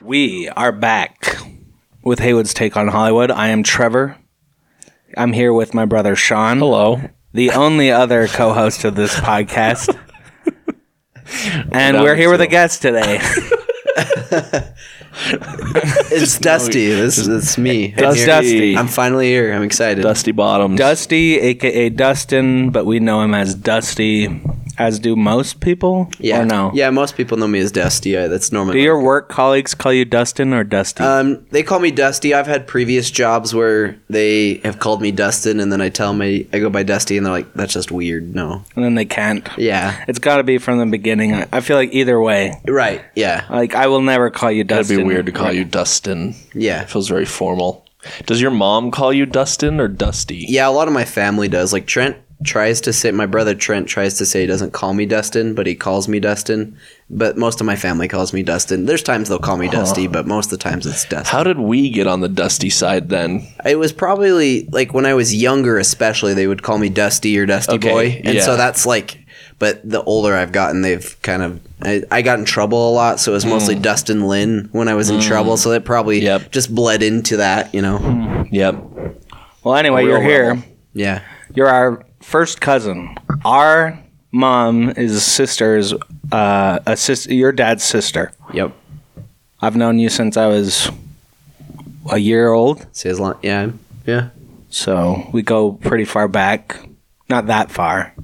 We are back with Haywood's Take on Hollywood. I am Trevor. I'm here with my brother Sean, Hello. the only other co host of this podcast. and down we're here with to- a guest today. It's Dusty. This it's me. It's I'm Dusty. I'm finally here. I'm excited. Dusty Bottoms. Dusty, aka Dustin, but we know him as Dusty, as do most people. Yeah. Or no? Yeah. Most people know me as Dusty. I, that's normally. Do your work colleagues call you Dustin or Dusty? um, they call me Dusty. I've had previous jobs where they have called me Dustin, and then I tell them I, I go by Dusty, and they're like, "That's just weird." No. and then they can't. Yeah. It's got to be from the beginning. I I feel like either way, Right. Yeah. like I will never call you That'd Dustin. be weird to call you Dustin. Yeah. It feels very formal. Does your mom call you Dustin or Dusty? Yeah. A lot of my family does. Like Trent tries to say my brother Trent tries to say he doesn't call me Dustin, but he calls me Dustin. But most of my family calls me Dustin. There's times they'll call me Dusty, but most of the times it's Dusty. How did we get on the Dusty side then? It was probably like when I was younger, especially they would call me Dusty or Dusty Okay, Boy, and yeah. so that's like. But the older I've gotten, they've kind of I, I got in trouble a lot, so it was mostly Dustin Lynn when I was in trouble. So that probably Yep. just bled into that, you know. Yep. Well, anyway, you're here. level. Yeah, You're our first cousin. Our mom is sister's, uh, a sis- your dad's sister. yep. I've known you since I was a year old, See, as long, yeah, yeah, so we go pretty far back. Not that far.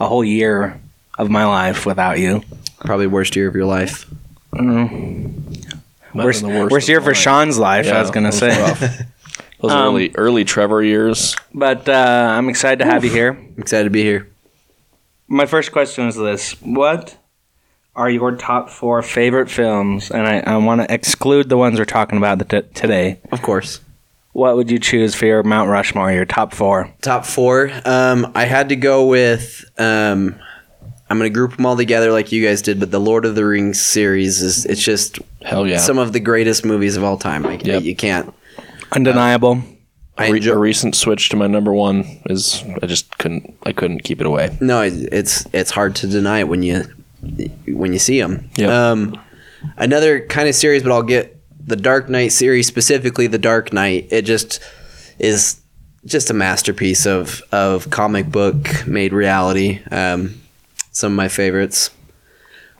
A whole year of my life without you. probably worst year of your life. Might Worst, have been the worst year of for mine. Sean's life, I was going to those say. were rough. Those early, early Trevor years. But uh, I'm excited to have you here. I'm excited to be here. My first question is this: What are your top four favorite films? And I, I want to exclude the ones we're talking about the t- today. Of course. What would you choose for your Mount Rushmore? Your top four? Top four. Um, I had to go with. Um, I'm gonna group them all together like you guys did, but the Lord of the Rings series is it's just Hell yeah. some of the greatest movies of all time. Like Yep. you can't. Undeniable. I Re- enjoy, a recent switch to my number one is I just couldn't I couldn't keep it away. no, it- it's it's hard to deny it when you when you see them. Yep. Um, another kind of series, but I'll get the Dark Knight series specifically. The Dark Knight. It just is just a masterpiece of of comic book made reality. Um, some of my favorites.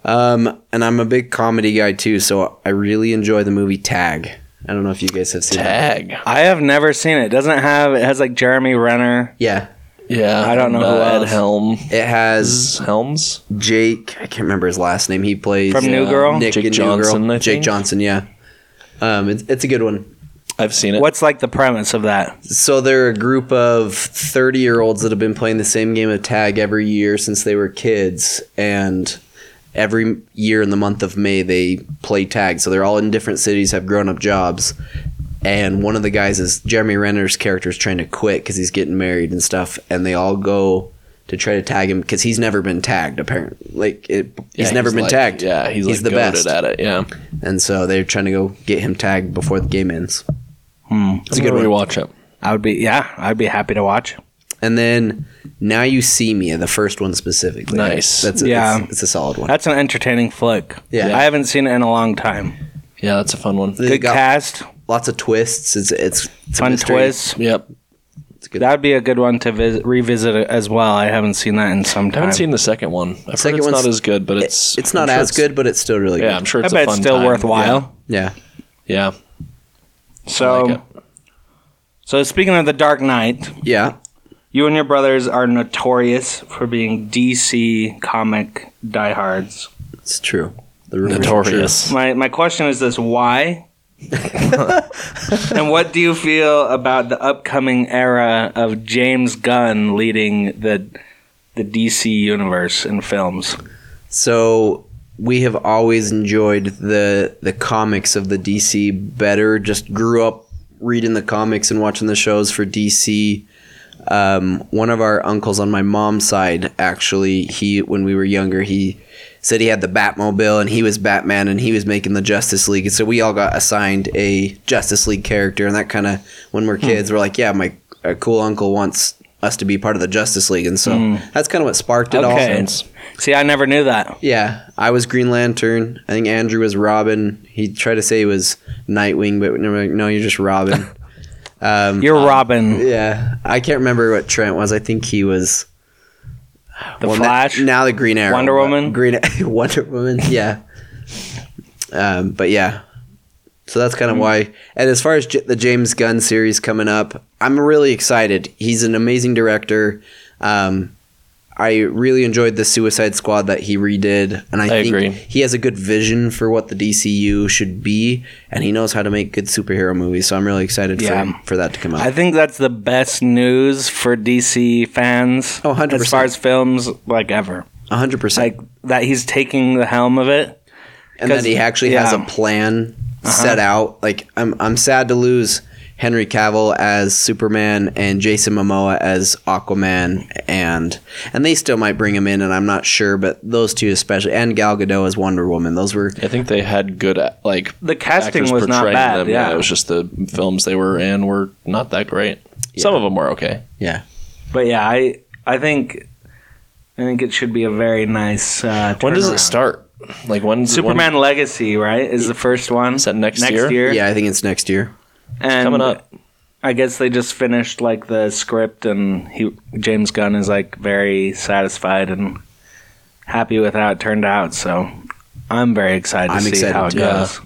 Um, and I'm a big comedy guy too, so I really enjoy the movie Tag. I don't know if you guys have seen that. Tag. I have never seen it. Doesn't it have? It has like Jeremy Renner. Yeah, Yeah. Uh, I don't know who Ed else. Helm. it has Helms. Jake, I can't remember his last name. He plays From New Girl? Nick Jake in Johnson, New Girl. I Jake think. Johnson, yeah. Um, it's, it's a good one. I've seen it. What's like the premise of that? So they're a group of thirty-year-olds that have been playing the same game of tag every year since they were kids, and every year in the month of May they play tag. So they're all in different cities, have grown-up jobs, and one of the guys is Jeremy Renner's character is trying to quit because he's getting married and stuff, and they all go. To try to tag him because he's never been tagged. Apparently, like it, Yeah, he's never been like- tagged. Yeah, he's, like the goated best at it. Yeah, and so they're trying to go get him tagged before the game ends. it's a good rewatch. It. Hmm. I would be yeah. I'd be happy to watch. And then now you see me, the first one specifically. Nice. That's a, Yeah. yeah. It's, a solid one. That's an entertaining flick. Yeah. I haven't seen it in a long time. Yeah, that's a fun one. They Good got cast, Lots of twists. It's it's, it's a fun mystery. twists. Yep. It's a good. That would be a good one to vis- revisit it as well. I haven't seen that in some I time. haven't seen the second one. I've heard Second it's not one's- as good, but it's it's, it's not I'm sure as it's- good, but it's still really Yeah, I'm good. sure I it's a bet it's fun still time. worthwhile. Yeah. Yeah. So, like so speaking of the Dark Knight, Yeah. you and your brothers are notorious for being DC comic diehards. It's true. The rumors are true. Notorious. My my question is this: Why? and what do you feel about the upcoming era of James Gunn leading the the DC universe in films? So we have always enjoyed the the comics of the DC better. Just grew up reading the comics and watching the shows for DC. Um, one of our uncles on my mom's side, actually, he when we were younger, he said he had the Batmobile and he was Batman and he was making the Justice League. And so we all got assigned a Justice League character, and that kind of when we're kids, we're like, yeah, my a cool uncle wants us to be part of the Justice League, and so that's kind of what sparked it all. Okay. See, I never knew that. Yeah, I was Green Lantern. I think Andrew was Robin. He tried to say he was Nightwing, but no, no you're just Robin. Um, You're Robin, yeah, I can't remember what Trent was. I think he was the well, na- Flash. Now, the Green Arrow. Wonder but- Woman? Green Wonder Woman. Yeah. um, but yeah, so that's Hmm. kind of why. And as far as J- the James Gunn series coming up, I'm really excited. He's an amazing director. Um, I really enjoyed the Suicide Squad that he redid, and I, think agree. he has a good vision for what the DCU should be, and he knows how to make good superhero movies. So I'm really excited Yeah. for, for that to come out. I think that's the best news for DC fans. Oh, 100%. As far as films, like ever. 100. percent Like that he's taking the helm of it. and that 'Cause- he actually has a yeah. Uh-huh. plan set out. Like I'm, I'm sad to lose Henry Cavill as Superman and Jason Momoa as Aquaman, and and they still might bring him in, and I'm not sure, but those two especially, and Gal Gadot as Wonder Woman. Those were I think they had good uh, like The casting actors was not portraying bad, Them. yeah. it was just the films they were in were not that great. Some of them were okay. yeah. But yeah, I I think I think it should be a very nice. Uh, When does turnaround. it start? Like when Superman Legacy, right, is the first one. Is that next year? Yeah, I think it's next year. and coming up? I guess they just finished like the script, and he James Gunn is like very satisfied and happy with how it turned out. So I'm very excited to I'm see excited how it too. goes.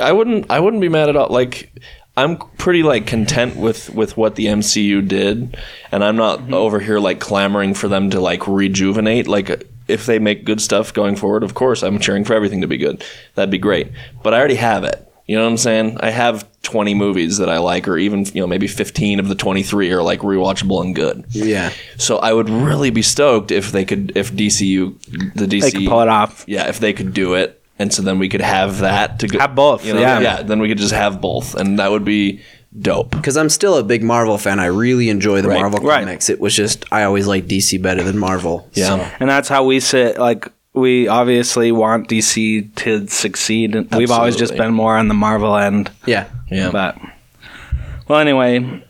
I wouldn't I wouldn't be mad at all. Like I'm pretty like content with with what the MCU did, and I'm not over here like clamoring for them to like rejuvenate. Like if they make good stuff going forward, of course I'm cheering for everything to be good. That'd be great. But I already have it. You know what I'm saying? I have 20 movies that I like, or even you know maybe 15 of the 23 are like rewatchable and good. Yeah, So I would really be stoked if they could, if DCU, the DC, They can pull it off. yeah, if they could do it, and so then we could have that to go, Have both, you know, yeah. Then we could just have both, and that would be dope. because I'm still a big Marvel fan. I really enjoy the Right, Marvel right. comics. It was just I always liked DC better than Marvel. so- And that's how we sit. Like we obviously want DC to succeed. and We've always just Absolutely. been more on the Marvel end. yeah. yeah. But well, anyway,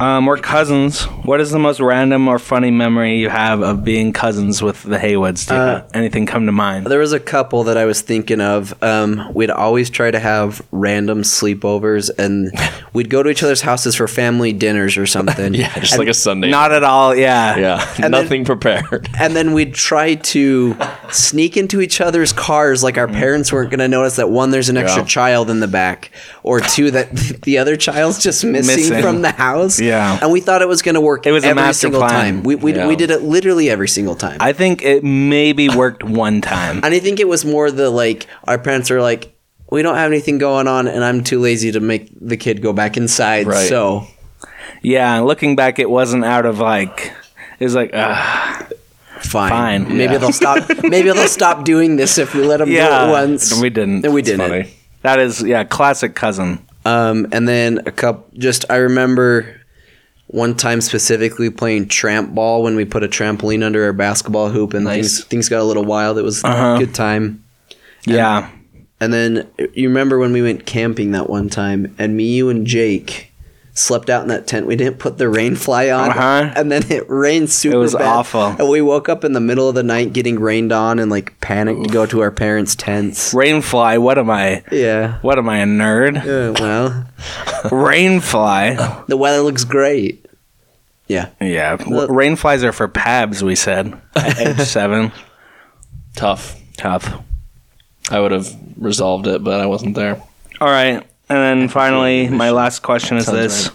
um, we're cousins. What is the most random or funny memory you have of being cousins with the Haywoods? Do you Uh, have anything come to mind? There was a couple that I was thinking of. Um, we'd always try to have random sleepovers, and we'd go to each other's houses for family dinners or something. yeah, just like a Sunday. Not at all. Yeah. yeah, and nothing prepared. and then we'd try to sneak into each other's cars like our parents weren't going to notice that one there's an extra Yeah. child in the back or two that the other child's just missing, Missing. from the house Yeah. and we thought it was going to work It was a every master single plan. time we, we, we Yeah. did it literally every single time I think it maybe worked one time. And I think it was more the like our parents are like, we don't have anything going on, and I'm too lazy to make the kid go back inside. Right. So Yeah. Looking back, it wasn't out of like. It was like, uh, fine, Fine, Maybe yeah. they'll stop. maybe they'll stop doing this if we let them do yeah. it once. We didn't. And we It's didn't. funny. That is, yeah, classic cousin. Um, and then a cup. Just I remember one time specifically playing tramp ball when we put a trampoline under our basketball hoop, and things, things got a little wild. It was Uh-huh. a good time. Yeah. And then you remember when we went camping that one time, and me, you, and Jake slept out in that tent. We didn't put the rain fly on, Uh-huh. and then it rained super. was bad. awful. And we woke up in the middle of the night getting rained on, and like panicked to go to our parents' tents. Rainfly. What am I? Yeah. What am I, a nerd? Uh, well, Rainfly. the weather looks great. Yeah. Yeah. w- Rainflies are for Pabs, we said. At age seven. Tough. Tough. I would have resolved it, but I wasn't there. All right. And then finally, my last question is this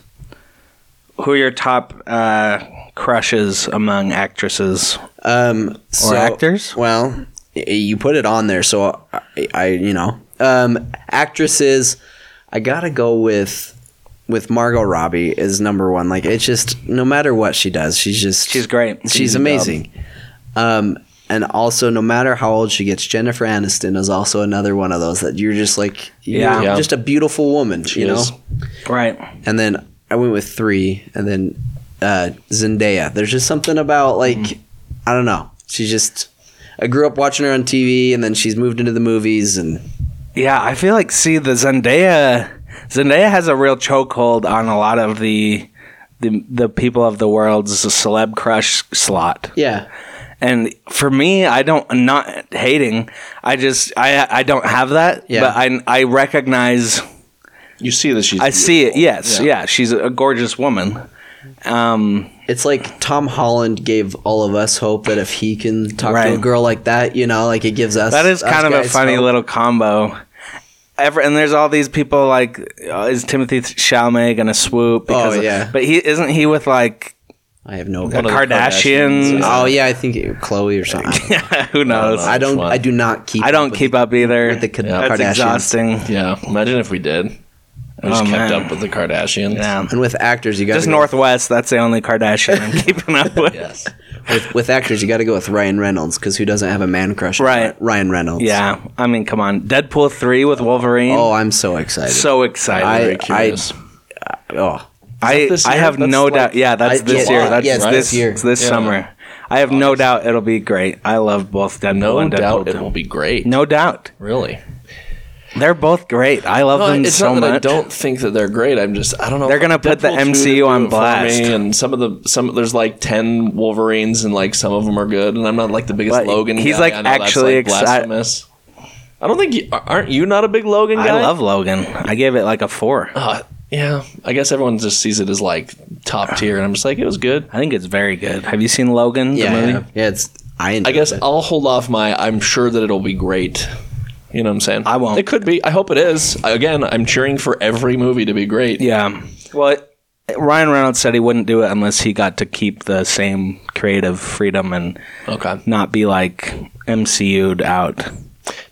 Who are your top uh, crushes among actresses? Um, so, actors? Well, y- you put it on there, so I, I you know, um, actresses. I gotta go with with Margot Robbie is number one. Like it's just no matter what she does, she's just She's great. She's amazing. Um, and also, no matter how old she gets, Jennifer Aniston is also another one of those that you're just like, you're Yeah. Yeah. just a beautiful woman, you know. is. Right. And then I went with three, and then uh, Zendaya. There's just something about like Mm. I don't know. She just I grew up watching her on TV, and then she's moved into the movies, and Yeah, I feel like, see, the Zendaya. Zendaya has a real chokehold on a lot of the the the people of the world's celeb crush slot. Yeah. And for me, I don't I'm not hating. I just I I don't have that. Yeah. But I I recognize You see that she's. I see it. Yes. Yeah. Yeah. She's a gorgeous woman. Um. It's like Tom Holland gave all of us hope that if he can talk to a Right. girl like that, you know, like it gives us. That is us kind of a guys funny hope. little combo. Ever, and there's all these people like, uh, is Timothy Chalamet gonna swoop? Oh, of- yeah. but he isn't he with like I have no. the of the Kardashians? Kardashians, Oh yeah, I think it, Chloe or something. Who knows? know. I, I don't. Which one? I do not keep. don't with keep up either. the Ka- That's Kardashians. exhausting. Yeah. Imagine if we did. We just Oh, kept man. up with the Kardashians. Yeah. And with actors, you got Just to Northwest. That's the only Kardashian I'm keeping up with. Yes. with, with actors, you got to go with Ryan Reynolds because who doesn't have a man crush? on Right. Ryan Reynolds. Yeah. I mean, come on. Deadpool three with Wolverine. Oh, I'm so excited. so excited. I- Very curious. oh, I, this I year? have That's no like- doubt. Yeah, that's I- this yeah, year. yeah, That's yeah, it's this, this year. It's this Yeah. summer. I have no doubt it'll be great. I love both Deadpool no and Deadpool doubt it 2. will be great. No doubt. Really. They're both great. I love No, them it's so not that I much. don't think that they're great. I'm just I don't know. They're gonna put the Deadpool 2 didn't MCU do on it for blast. me, and some of the some there's like ten Wolverines, and like some of them are good, and I'm not like the biggest But Logan. he's, guy. like, I know that's, actually exci- like, blasphemous. I don't think you aren't you not a big Logan I guy. love Logan. I gave it like a four. Uh, yeah, I guess everyone just sees it as like top tier, and I'm just like it was good. I think it's very good. Have you seen Logan? the yeah, movie? yeah, yeah. It's I. I enjoyed guess it. I'll hold off my. I'm sure that it'll be great. You know what I'm saying? I won't. It could be. I hope it is. Again, I'm cheering for every movie to be great. Yeah. Well, it- Ryan Reynolds said he wouldn't do it unless he got to keep the same creative freedom and Okay. not be like MCU'd out.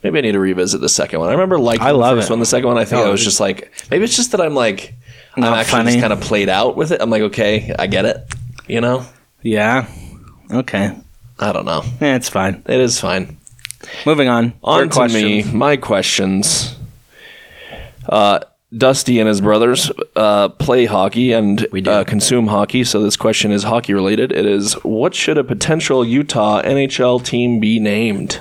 Maybe I need to revisit the second one. I remember liking I love the first it. one. The second one, I think No, I was it- just like, maybe it's just that I'm like, I'm Not actually funny. just kind of played out with it. I'm like, okay, I get it. You know, Yeah. Okay. I don't know. Yeah, it's fine. It is fine. Moving on. On Your to question. me, my questions. Uh, Dusty and his brothers uh, play hockey and We do. uh, consume hockey, so this question is hockey related. It is, what should a potential Utah NHL team be named?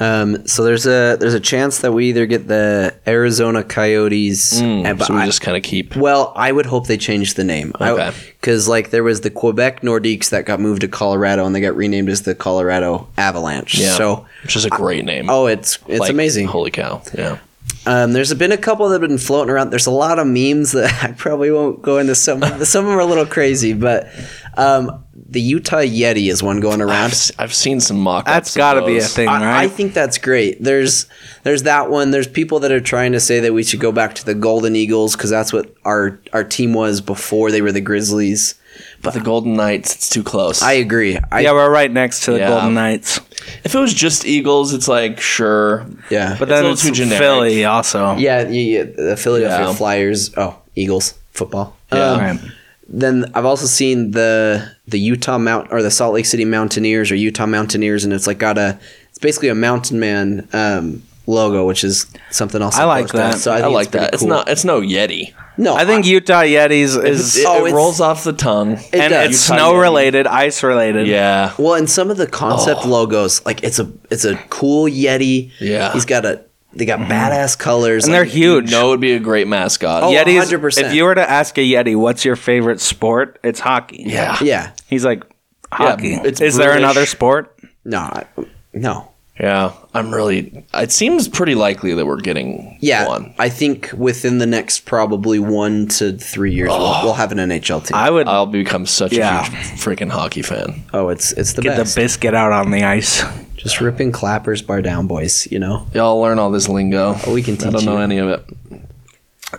Um, so there's a there's a chance that we either get the Arizona Coyotes, and, but Mm, so we I- just kind of keep. well, I would hope they change the name. Okay. Because like there was the Quebec Nordiques that got moved to Colorado and they got renamed as the Colorado Avalanche. Yeah, So which is a great name. oh, it's it's Like, amazing. Holy cow! Yeah. Um, there's been a couple that have been floating around. There's a lot of memes that I probably won't go into some. some of them are a little crazy, but um, the Utah Yeti is one going around. I've, s- I've seen some mock That's got to be a thing, I, I right? think that's great. There's there's that one. There's people that are trying to say that we should go back to the Golden Eagles because that's what our our team was before they were the Grizzlies. But the Golden Knights, it's too close. I agree. I, yeah, we're right next to the Yeah. Golden Knights. if it was just Eagles, it's like, sure. yeah, But It's a then little it's too generic. Philly also. yeah, you, you- the Philadelphia Yeah. Flyers. Oh, Eagles football. Yeah. Um, Right. Then I've also seen the the Utah Mount or the Salt Lake City Mountaineers or Utah Mountaineers, and it's like got a it's basically a mountain man um, logo, which is something else. I like Post does. that. So I, I, think like it's pretty that. It's cool. not. It's no Yeti. No, I think Utah Yetis is Oh, It, Oh, it it's- rolls off the tongue. It and does. it's Utah snow Yeti. related, ice related. yeah. Well, and some of the concept logos, like it's a it's a cool Yeti. Yeah. he's got a they got badass colors. And they're Like, huge. No, would be a great mascot. Oh. Yetis, 100%. if you were to ask a Yeti, what's your favorite sport? It's hockey. Yeah. yeah, He's like, hockey. it's Is there British. another sport? no, I- no, Yeah. I'm really. It seems pretty likely that we're getting yeah. one. I think within the next probably one to three years, we'll, we'll have an NHL team. I would I'll become such Yeah. a huge freaking hockey fan. oh, it's it's the get best. the biscuit out on the ice. Just ripping clappers bar down, boys. You know, Y'all learn all this lingo. Oh, we can I don't teach know you. any of it.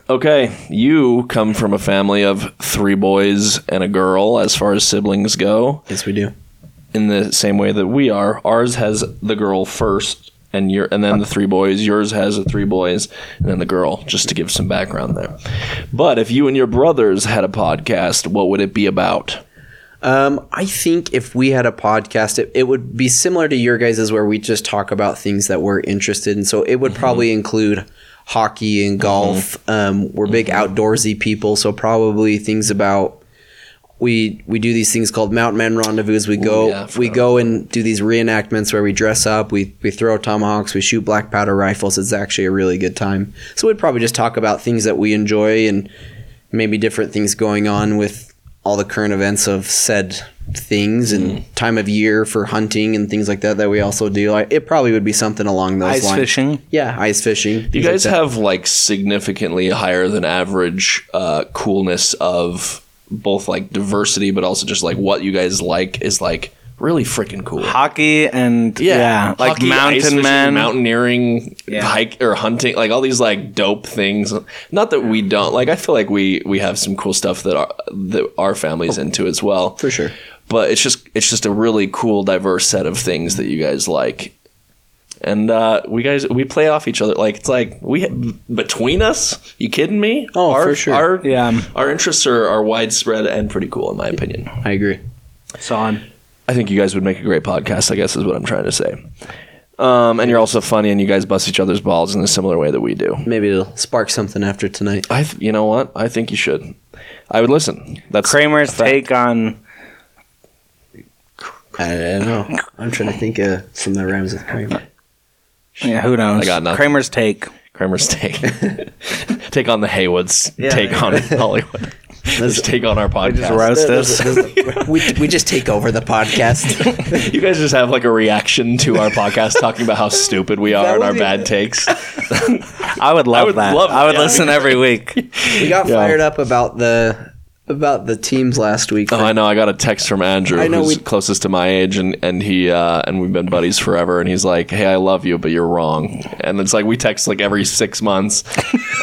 Okay, you come from a family of three boys and a girl as far as siblings go, yes, we do. in the same way that we are. Ours has the girl first and your and then the three boys. Yours has the three boys and then the girl, just to give some background there. But if you and your brothers had a podcast, what would it be about? Um, I think if we had a podcast, it, it would be similar to your guys's, where we just talk about things that we're interested in. So it Mm-hmm. would probably include hockey and golf. Um, we're big Mm-hmm. outdoorsy people, so probably things about we we do these things called mountain man rendezvous. We go yeah, I forgot we go and do these reenactments where we dress up, we we throw tomahawks, we shoot black powder rifles. It's actually a really good time. So we'd probably just talk about things that we enjoy and maybe different things going on with all the current events of said things and time of year for hunting and things like that that we also do. I, it probably would be something along those Ice lines. fishing. Yeah, ice fishing. uh, You things guys like that. have like significantly higher than average uh, coolness of both like diversity, but also just like what you guys like is like really freaking cool. Hockey and yeah, like Hockey, ice mountain fishing, men. mountaineering, Yeah. hike or hunting, like all these like dope things. Not that we don't like. I feel like we we have some cool stuff that our that our family's into as well, for sure. But it's just it's just a really cool, diverse set of things that you guys like. And uh, we guys we play off each other like it's like we between us. You kidding me? Oh, our, for sure. Our, Yeah. our interests are, are widespread and pretty cool in my opinion. I agree. So on. I think you guys would make a great podcast, I guess is what I'm trying to say. Um, and you're also funny and you guys bust each other's balls in a similar way that we do. Maybe it'll spark something after tonight. I th- you know what? I think you should. I would listen. That's Kramer's a fact. take on I don't know. I'm trying to think of some that rhymes with Kramer. yeah, who knows? I got nothing. Kramer's take. Kramer's take. take on the Haywoods. take on Hollywood. just take on our podcast. Just roast us. we, we just take over the podcast. you guys just have like a reaction to our podcast talking about how stupid we are That and our would be- bad takes. I would love would that. love I would that. listen every week. we got fired up about the about the teams last week. Oh, I know. I got a text from Andrew, I know who's we- closest to my age, and and he uh, and we've been buddies forever. And he's like, "Hey, I love you, but you're wrong." And it's like we text like every six months,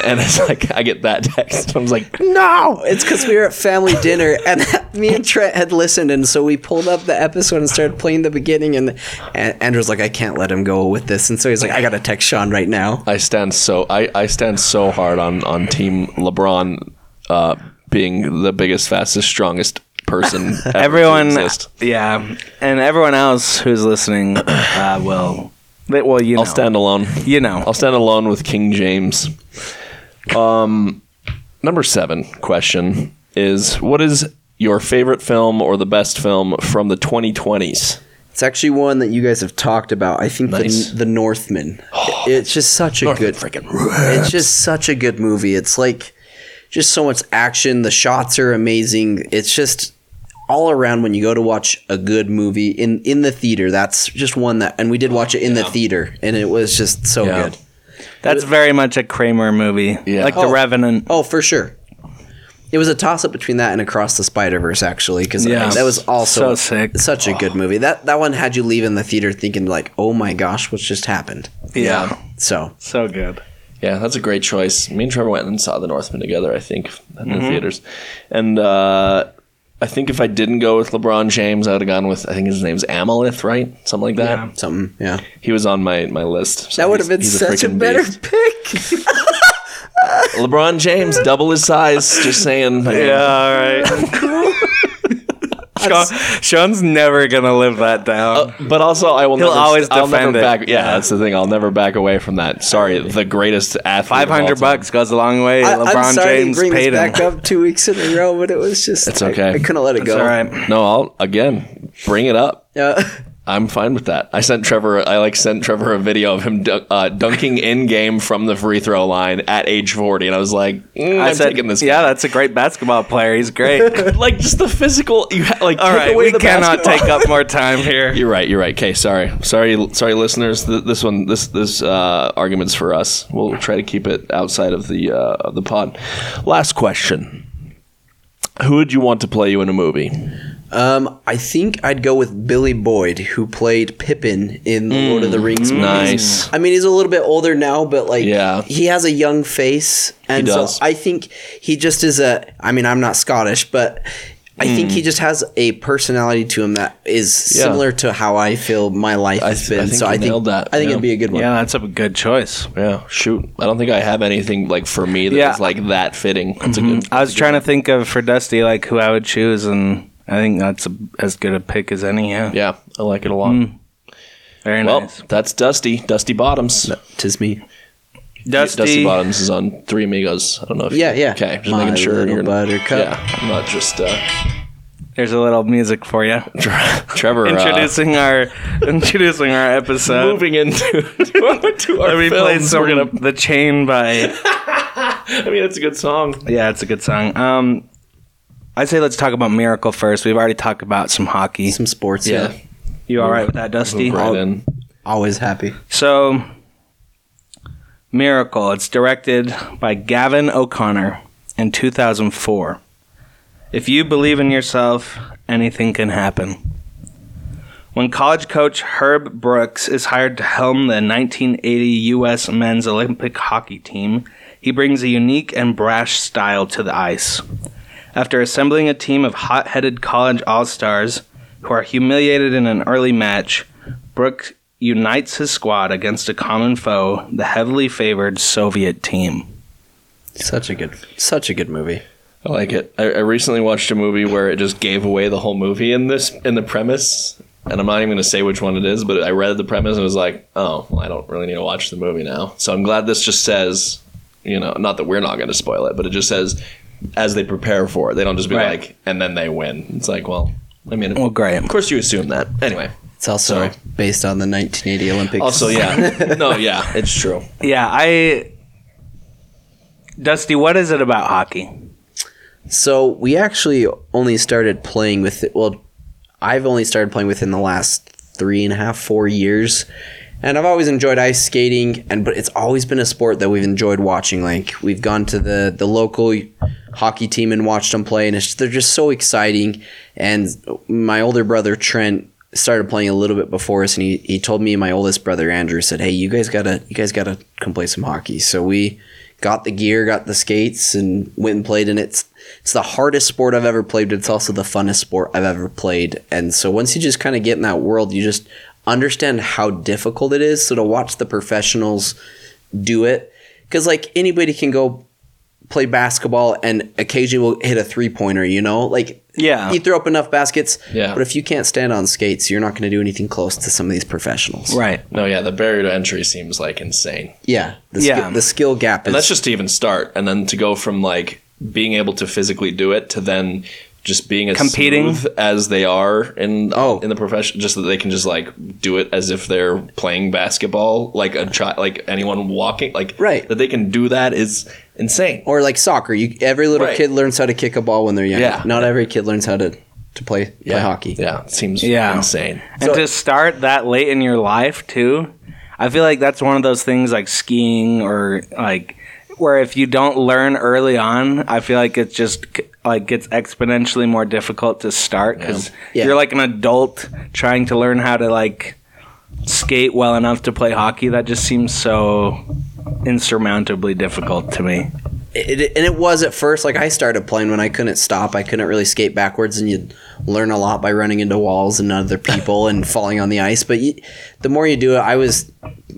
and it's like I get that text. I was like, No, it's because we were at family dinner and me and Trent had listened, and so we pulled up the episode and started playing the beginning. And, and Andrew's like, I can't let him go with this, and so he's like, I gotta text Sean right now. I stand so I, I stand so hard on on Team LeBron uh, being the biggest, fastest, strongest person. Ever Everyone, to exist. yeah, and everyone else who's listening uh, will. They, well, you know, I'll stand alone. You know, I'll stand alone with King James. Um, number seven question is: What is your favorite film or the best film from the 2020s? It's actually one that you guys have talked about. I think Nice. Oh, the the Northman. it's just such a Northman good freaking It's just such a good movie. It's like just so much action. The shots are amazing. It's just all around when you go to watch a good movie in in the theater. That's just one that and we did watch it in the theater and it was just so Yeah. good. that's very much a Kramer movie, Yeah. like Oh. The Revenant. Oh, for sure. It was a toss up between that and Across the Spider Verse, actually, because Yeah. that was also So sick. such a good movie. That that one had you leave in the theater thinking like, "Oh my gosh, what's just happened?" yeah, So so good. Yeah, that's a great choice. Me and Trevor went and saw The Northman together, I think, in the theaters. And uh, I think if I didn't go with LeBron James, I would have gone with, I think his name's Amalith, right? Something like that. something, yeah, He was on my, my list. So that would he's- have been he's such a, freaking better beast. pick. LeBron James, double his size, just saying. all right. Sean, Sean's never gonna live that down. But also, I will He'll never, always I'll never defend it. back. Yeah, that's the thing. I'll never back away from that. Sorry, the greatest athlete. of all Five hundred time. bucks goes a long way. I, LeBron am sorry James to bring paid this him. back up two weeks in a row, but it was just It's okay. I, I couldn't let it It's go. all right. No, I'll again bring it up. Uh, I'm fine with that. I sent Trevor. I like sent Trevor a video of him dunk, uh, dunking in game from the free throw line at age 40, and I was like, mm, I I'm said, taking this. yeah, that's a great basketball player. He's great. guy." like just the physical. You ha- like All take right, away we the cannot basketball. take up more time here. You're right. You're right. Okay, sorry, sorry, sorry, listeners. Th- this one, this this uh, argument's for us. We'll try to keep it outside of the uh, of the pod. Last question: Who would you want to play you in a movie? um, I think I'd go with Billy Boyd, who played Pippin in the Lord of the Mm. Rings. movies. Nice. I mean, he's a little bit older now, but like, Yeah. he has a young face, and does. so I think he just is a. I mean, I'm not Scottish, but I think he just has a personality to him that is Mm. Yeah. similar to how I feel my life has th- I been. think so you I think nailed that, I think yeah. it'd be a good one. Yeah, that's a good choice. Yeah, shoot. I don't think I have anything like for me that's Yeah. Mm-hmm. like that fitting. That's a good. I was trying to think of for Dusty like who I would choose, and I think that's a, as good a pick as any. Yeah, Yeah, I like it a lot. very Well, Mm. nice. that's Dusty. Dusty Bottoms. Tis me. Dusty, Bottoms is on Three Amigos. I don't know if Yeah, yeah. Okay, just My making sure little you're buttercup. Yeah, I'm not just uh, there's a little music for you. Trevor uh, introducing our introducing our episode. moving into to, to our Let me play films. some We're gonna. the chain by I mean, it's a good song. yeah, it's a good song. Um, I'd say let's talk about Miracle first. We've already talked about some hockey. Some sports, yeah. Yeah. You all right with that, Dusty? Move right in. Always happy. So, Miracle. It's directed by Gavin O'Connor in 2004. If you believe in yourself, anything can happen. When college coach Herb Brooks is hired to helm the 1980 U.S. men's Olympic hockey team, he brings a unique and brash style to the ice. After assembling a team of hot headed college all stars who are humiliated in an early match, Brooks unites his squad against a common foe, the heavily favored Soviet team. Such a good, such a good movie. I like it. I, I recently watched a movie where it just gave away the whole movie in this in the premise, and I'm not even going to say which one it is. But I read the premise and was like, oh, well, I don't really need to watch the movie now. So I'm glad this just says, you know, not that we're not going to spoil it, but it just says as they prepare for it. They don't just be Right. like, and then they win. It's like, well, I mean, Well, great. of course you assume that anyway. It's also So- based on the 1980 Olympics. Also, yeah, no, yeah, it's true. Yeah, I. Dusty, what is it about hockey? So we actually only started playing with it. Well, I've only started playing within the last three and a half, four years, and I've always enjoyed ice skating. And but it's always been a sport that we've enjoyed watching. Like we've gone to the the local hockey team and watched them play, and it's, they're just so exciting. And my older brother Trent started playing a little bit before us, and he, he told me and my oldest brother Andrew said, "Hey, you guys gotta you guys gotta come play some hockey." So we got the gear, got the skates, and went and played. And it's it's the hardest sport I've ever played, but it's also the funnest sport I've ever played. And so once you just kind of get in that world, you just understand how difficult it is. So to watch the professionals do it, because like anybody can go play basketball and occasionally will hit a three pointer, you know, like Yeah. you throw up enough baskets. Yeah. But if you can't stand on skates, you're not going to do anything close to some of these professionals. Right. No, yeah, the barrier to entry seems like insane. Yeah. The, Yeah. Sk- the skill gap is And that's just to even start, and then to go from like being able to physically do it to then just being as Competing? smooth as they are in Oh. in the profession, just that they can just like do it as if they're playing basketball, like a child, like anyone walking, like Right. that they can do that is insane. or like soccer. You every little Right. kid learns how to kick a ball when they're young. Yeah. Not every kid learns how to to play play hockey. yeah, it seems Yeah. insane. and to start that late in your life too i feel like that's one of those things like skiing or like where if you don't learn early on i feel like it's just c- like gets exponentially more difficult to start because Yeah. you're like an adult trying to learn how to like skate well enough to play hockey that just seems so insurmountably difficult to me It, it- and it was at first like I started playing when I couldn't stop. I couldn't really skate backwards, and you'd learn a lot by running into walls and other people and falling on the ice. But you, the more you do it, I was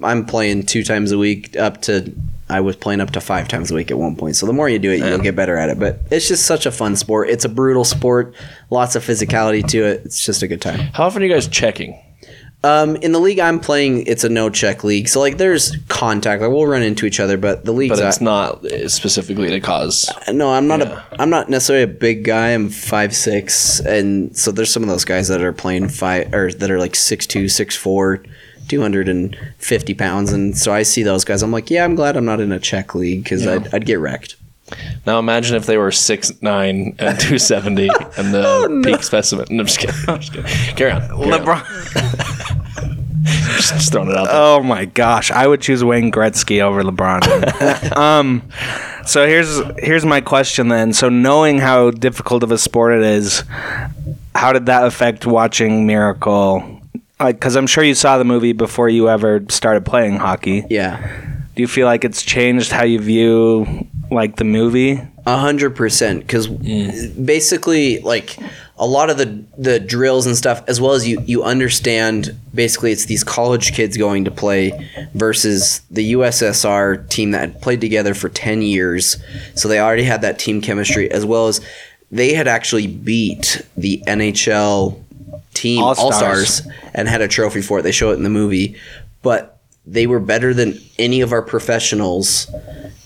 I'm playing two times a week up to. I was playing up to five times a week at one point. So the more you do it, you'll get better at it. But it's just such a fun sport. It's a brutal sport, lots of physicality to it. It's just a good time. How often are you guys checking? Um, in the league I'm playing, it's a no check league. So like, there's contact. Like we'll run into each other, but the league's But it's not, not specifically to cause. no. I'm not a. I'm not necessarily a big guy. I'm five six, and so there's some of those guys that are playing five or that are like six two, six four. 250 pounds and so i see those guys i'm like yeah i'm glad i'm not in a czech league because I'd, I'd get wrecked Now imagine if they were six nine and two seventy and the peak specimen. No, I'm just kidding. I'm just kidding. Carry on. Carry on. Oh, lebron Just, just throwing it out there. Oh my gosh, I would choose Wayne Gretzky over LeBron. um, so here's here's my question then. So knowing how difficult of a sport it is, how did that affect watching Miracle? Like, because I'm sure you saw the movie before you ever started playing hockey. yeah Do you feel like it's changed how you view like the movie? A hundred percent, because basically, like a lot of the the drills and stuff, as well as you you understand. Basically, it's these college kids going to play versus the USSR team that had played together for ten years, so they already had that team chemistry, as well as they had actually beat the NHL team All-Stars. All Stars and had a trophy for it. They show it in the movie, but they were better than any of our professionals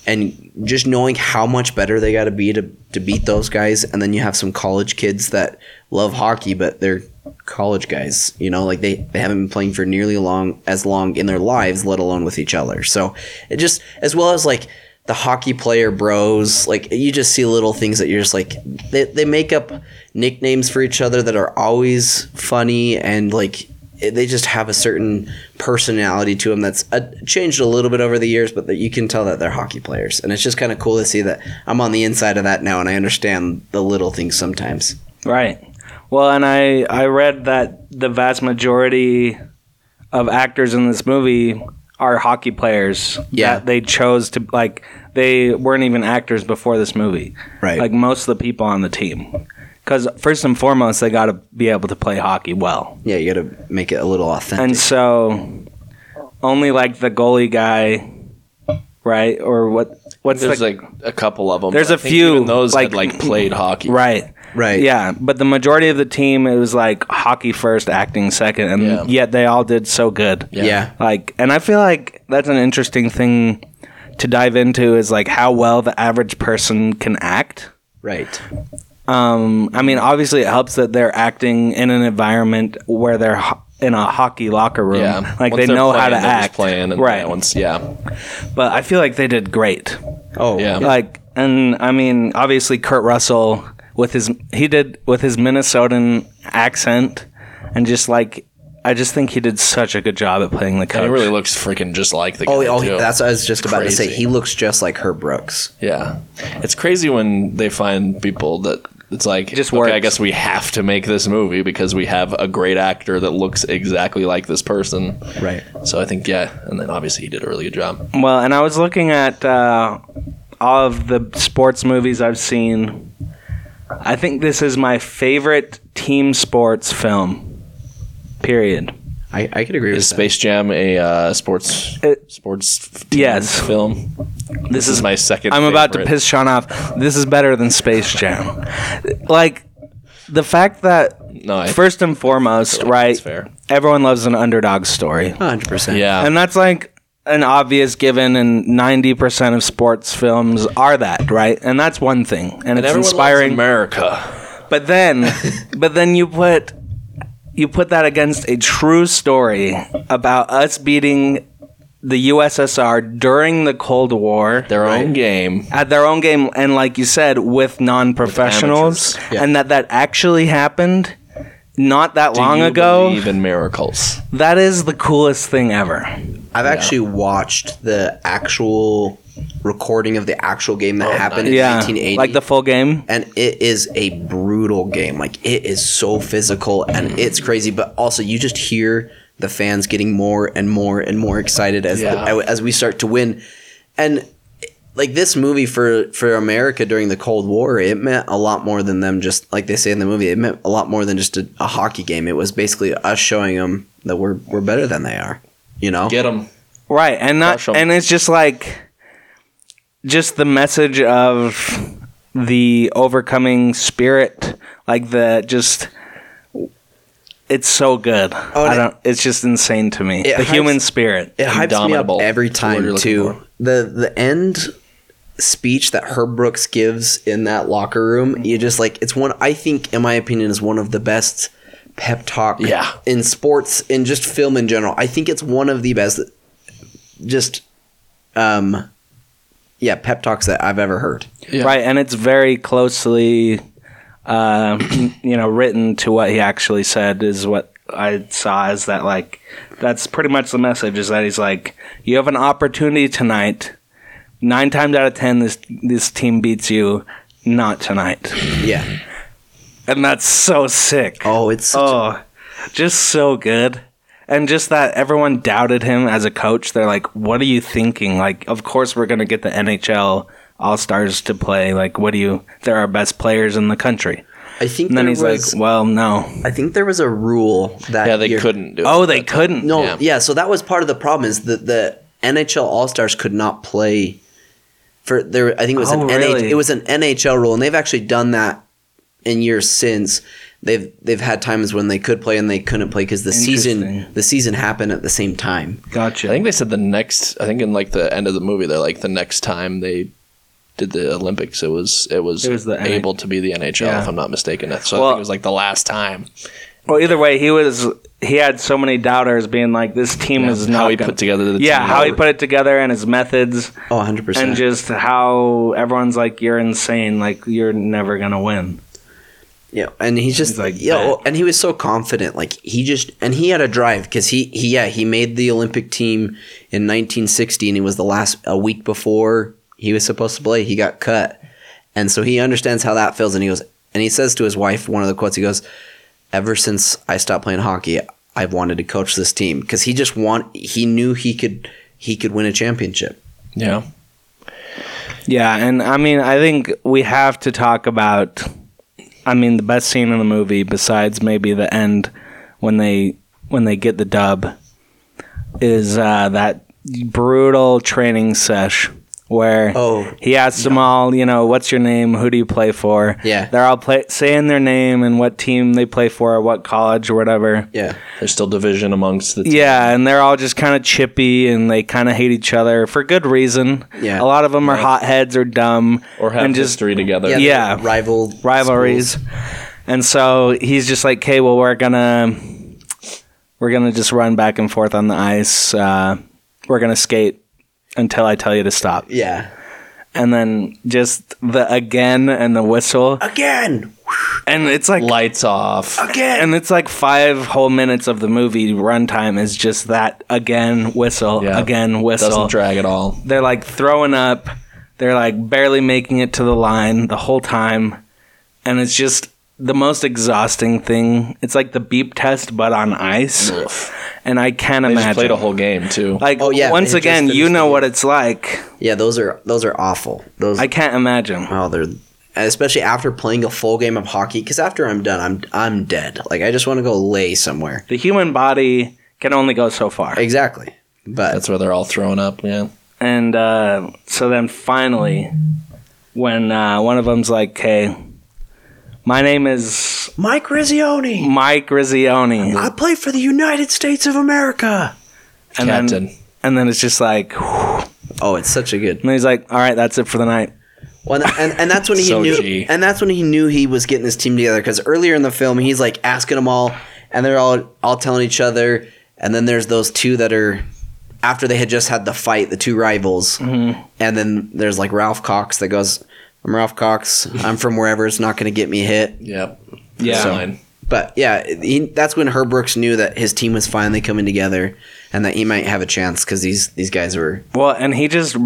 and just knowing how much better they got to be to to beat those guys and then you have some college kids that love hockey but they're college guys you know like they, they haven't been playing for nearly long as long in their lives let alone with each other so it just as well as like the hockey player bros. Like you just see little things that you're just like they they make up nicknames for each other that are always funny and like it- they just have a certain personality to them that's uh, changed a little bit over the years, but that you can tell that they're hockey players, and it's just kind of cool to see that I'm on the inside of that now, and I understand the little things sometimes. Right. Well, and I I read that the vast majority of actors in this movie are hockey players. Yeah. that they chose to like they weren't even actors before this movie. Right. Like most of the people on the team. Cuz first and foremost they got to be able to play hockey well. Yeah, you got to make it a little authentic. And so only like the goalie guy right or what what's There's the like a couple of them. There's a I think few, even those like- had like played hockey. right right. Yeah, but the majority of the team it was like hockey first, acting second, and Yeah. yet they all did so good. Yeah. Yeah. Like and I feel like that's an interesting thing to dive into is like how well the average person can act. Right. Um I mean obviously it helps that they're acting in an environment where they're ho- in a hockey locker room. Yeah, Like Once they they're know how playing, to they're just act. Playing and right. that one's- yeah, But I feel like they did great. Oh, Yeah. Like, and I mean, obviously, Kurt Russell with his he did with his Minnesotan accent, and just like I just think he did such a good job at playing the coach. and he really looks freaking just like the. Oh, guy, oh too. that's what I was just about to say. Crazy. He looks just like Herb Brooks. Yeah, it's crazy when they find people that it's like Just okay, works. I guess we have to make this movie because we have a great actor that looks exactly like this person. Right. So I think yeah, and then obviously he did a really good job. well, and I was looking at uh, all of the sports movies I've seen. I think this is my favorite team sports film. Period. I, I could agree Is with that. Space Jam a uh, sports It- sports f- Yes. film? This, is, my second. I'm about to favorite. piss Sean off. This is better than Space Jam. like the fact that No, I, first and foremost, like right? that's fair. Everyone loves an underdog story, 100%. yeah, and that's like an obvious given. And ninety percent of sports films are that, right? And that's one thing, and, it's everyone loves inspiring. America. but then, but then you put you put that against a true story about us beating the USSR during the Cold War Their own game. at their own game and like you said with non-professionals amateurs. and that that actually happened not that Do long you ago believe in miracles. that is the coolest thing ever I've actually watched the actual recording of the actual game Oh, that happened in yeah 1980. like the full game and it is a brutal game. Like it is so physical and it's crazy, but also you just hear the fans getting more and more and more excited as Yeah. as we start to win. And like this movie for for America during the Cold War, it meant a lot more than them just like they say in the movie. It meant a lot more than just a, a hockey game. It was basically us showing them that we're we're better than they are. You know, Get them. right and not Crush 'em. and it's just like just the message of the overcoming spirit like the just it's so good i Oh, and it- don't it's just insane to me It the hides- human spirit it hypes me up Indomitable every is the word you're time looking too. for. The the end speech that Herb Brooks gives in that locker room, you just like it's one I think in my opinion is one of the best pep talk Yeah. in sports in just film in general. I think it's one of the best just um yeah, pep talks that I've ever heard. Yeah. right and it's very closely uh, you know written to what he actually said is what i saw is that like that's pretty much the message is that he's like you have an opportunity tonight nine times out of ten this this team beats you not tonight Yeah. and that's so sick Oh, it's such a- oh just so good and just that everyone doubted him as a coach they're like what are you thinking like of course we're going to get the nhl all-stars to play like what do you they're our best players in the country I think and then there he's was like well no I think there was a rule that Yeah, they year- couldn't do. oh it. they couldn't No, Yeah. yeah. So that was part of the problem is that the NHL All Stars could not play for there. I think it was Oh, an really? NH, it was an NHL rule, and they've actually done that in years since. They've they've had times when they could play and they couldn't play because the season Interesting. the season happened at the same time. gotcha I think they said the next. I think in like the end of the movie, they're like the next time they did the Olympics, it was it was, It was the N- able to be the NHL, Yeah. if I'm not mistaken. So I Well- think it was like the last time. Well, either way, he was he had so many doubters being like, this team is not how he gonna- put together the yeah, team. how he put it together and his methods, Oh, 100%. and just how everyone's like, you're insane, like you're never gonna win. Yeah, and he's just He's like like, yeah, "Bah." well, and he was so confident. Like he just and he had a drive because he, he yeah he made the Olympic team in 1960 and he was the last a week before he was supposed to play. He got cut, and so he understands how that feels. And he goes and he says to his wife one of the quotes. He goes, "Ever since I stopped playing hockey, I've wanted to coach this team because he just want he knew he could he could win a championship." Yeah. Yeah, and I mean, I think we have to talk about. I mean, the best scene in the movie, besides maybe the end when they when they get the dub, is uh, that brutal training sesh where Oh, he asks them all, you know, what's your name? Who do you play for? Yeah. they're all play- saying their name and what team they play for, or what college or whatever. Yeah, There's still division amongst the team. Yeah, and they're all just kind of chippy and they kind of hate each other for good reason. A Yeah. lot of them are hotheads or dumb or have and just history together. yeah, Yeah. they're rival rivalries. schools. And so he's just like, "Okay, well, we're gonna we're gonna just run back and forth on the ice. Uh, we're gonna skate until I tell you to stop." Yeah, And then just the again and the whistle, again, and it's like Lights off. again. and it's like five whole minutes of the movie runtime is just that again whistle Yeah. again whistle. Doesn't drag at all. they're like throwing up they're like barely making it to the line the whole time and it's just the most exhausting thing it's like the beep test but on ice and i can't They imagine just played a whole game too. like Oh, yeah, once they just again you finished know what it's like Yeah, those are those are awful. Those i can't imagine oh, they're especially after playing a full game of hockey. Because after I'm done, I'm I'm dead. Like I just want to go lay somewhere. the human body can only go so far Exactly. But That's where they're all thrown up. Yeah. and uh, so then finally when uh, one of them's like hey my name is Mike Rizzioni, mike rizzioni I play for the United States of America. and Captain. then, and then it's just like Oh, it's such a good. And he's like, "All right, that's it for the night." Well, and, and that's when he So knew, G. and that's when he knew he was getting his team together. Because earlier in the film, he's like asking them all, and they're all all telling each other. And then there's those two that are after they had just had the fight, the two rivals. Mm-hmm. And then there's like Ralph Cox that goes, "I'm Ralph Cox. I'm from wherever. It's not going to get me hit." Yep. Yeah. Sign. But yeah, he, that's when Herb Brooks knew that his team was finally coming together, and that he might have a chance because these these guys were Well, and he just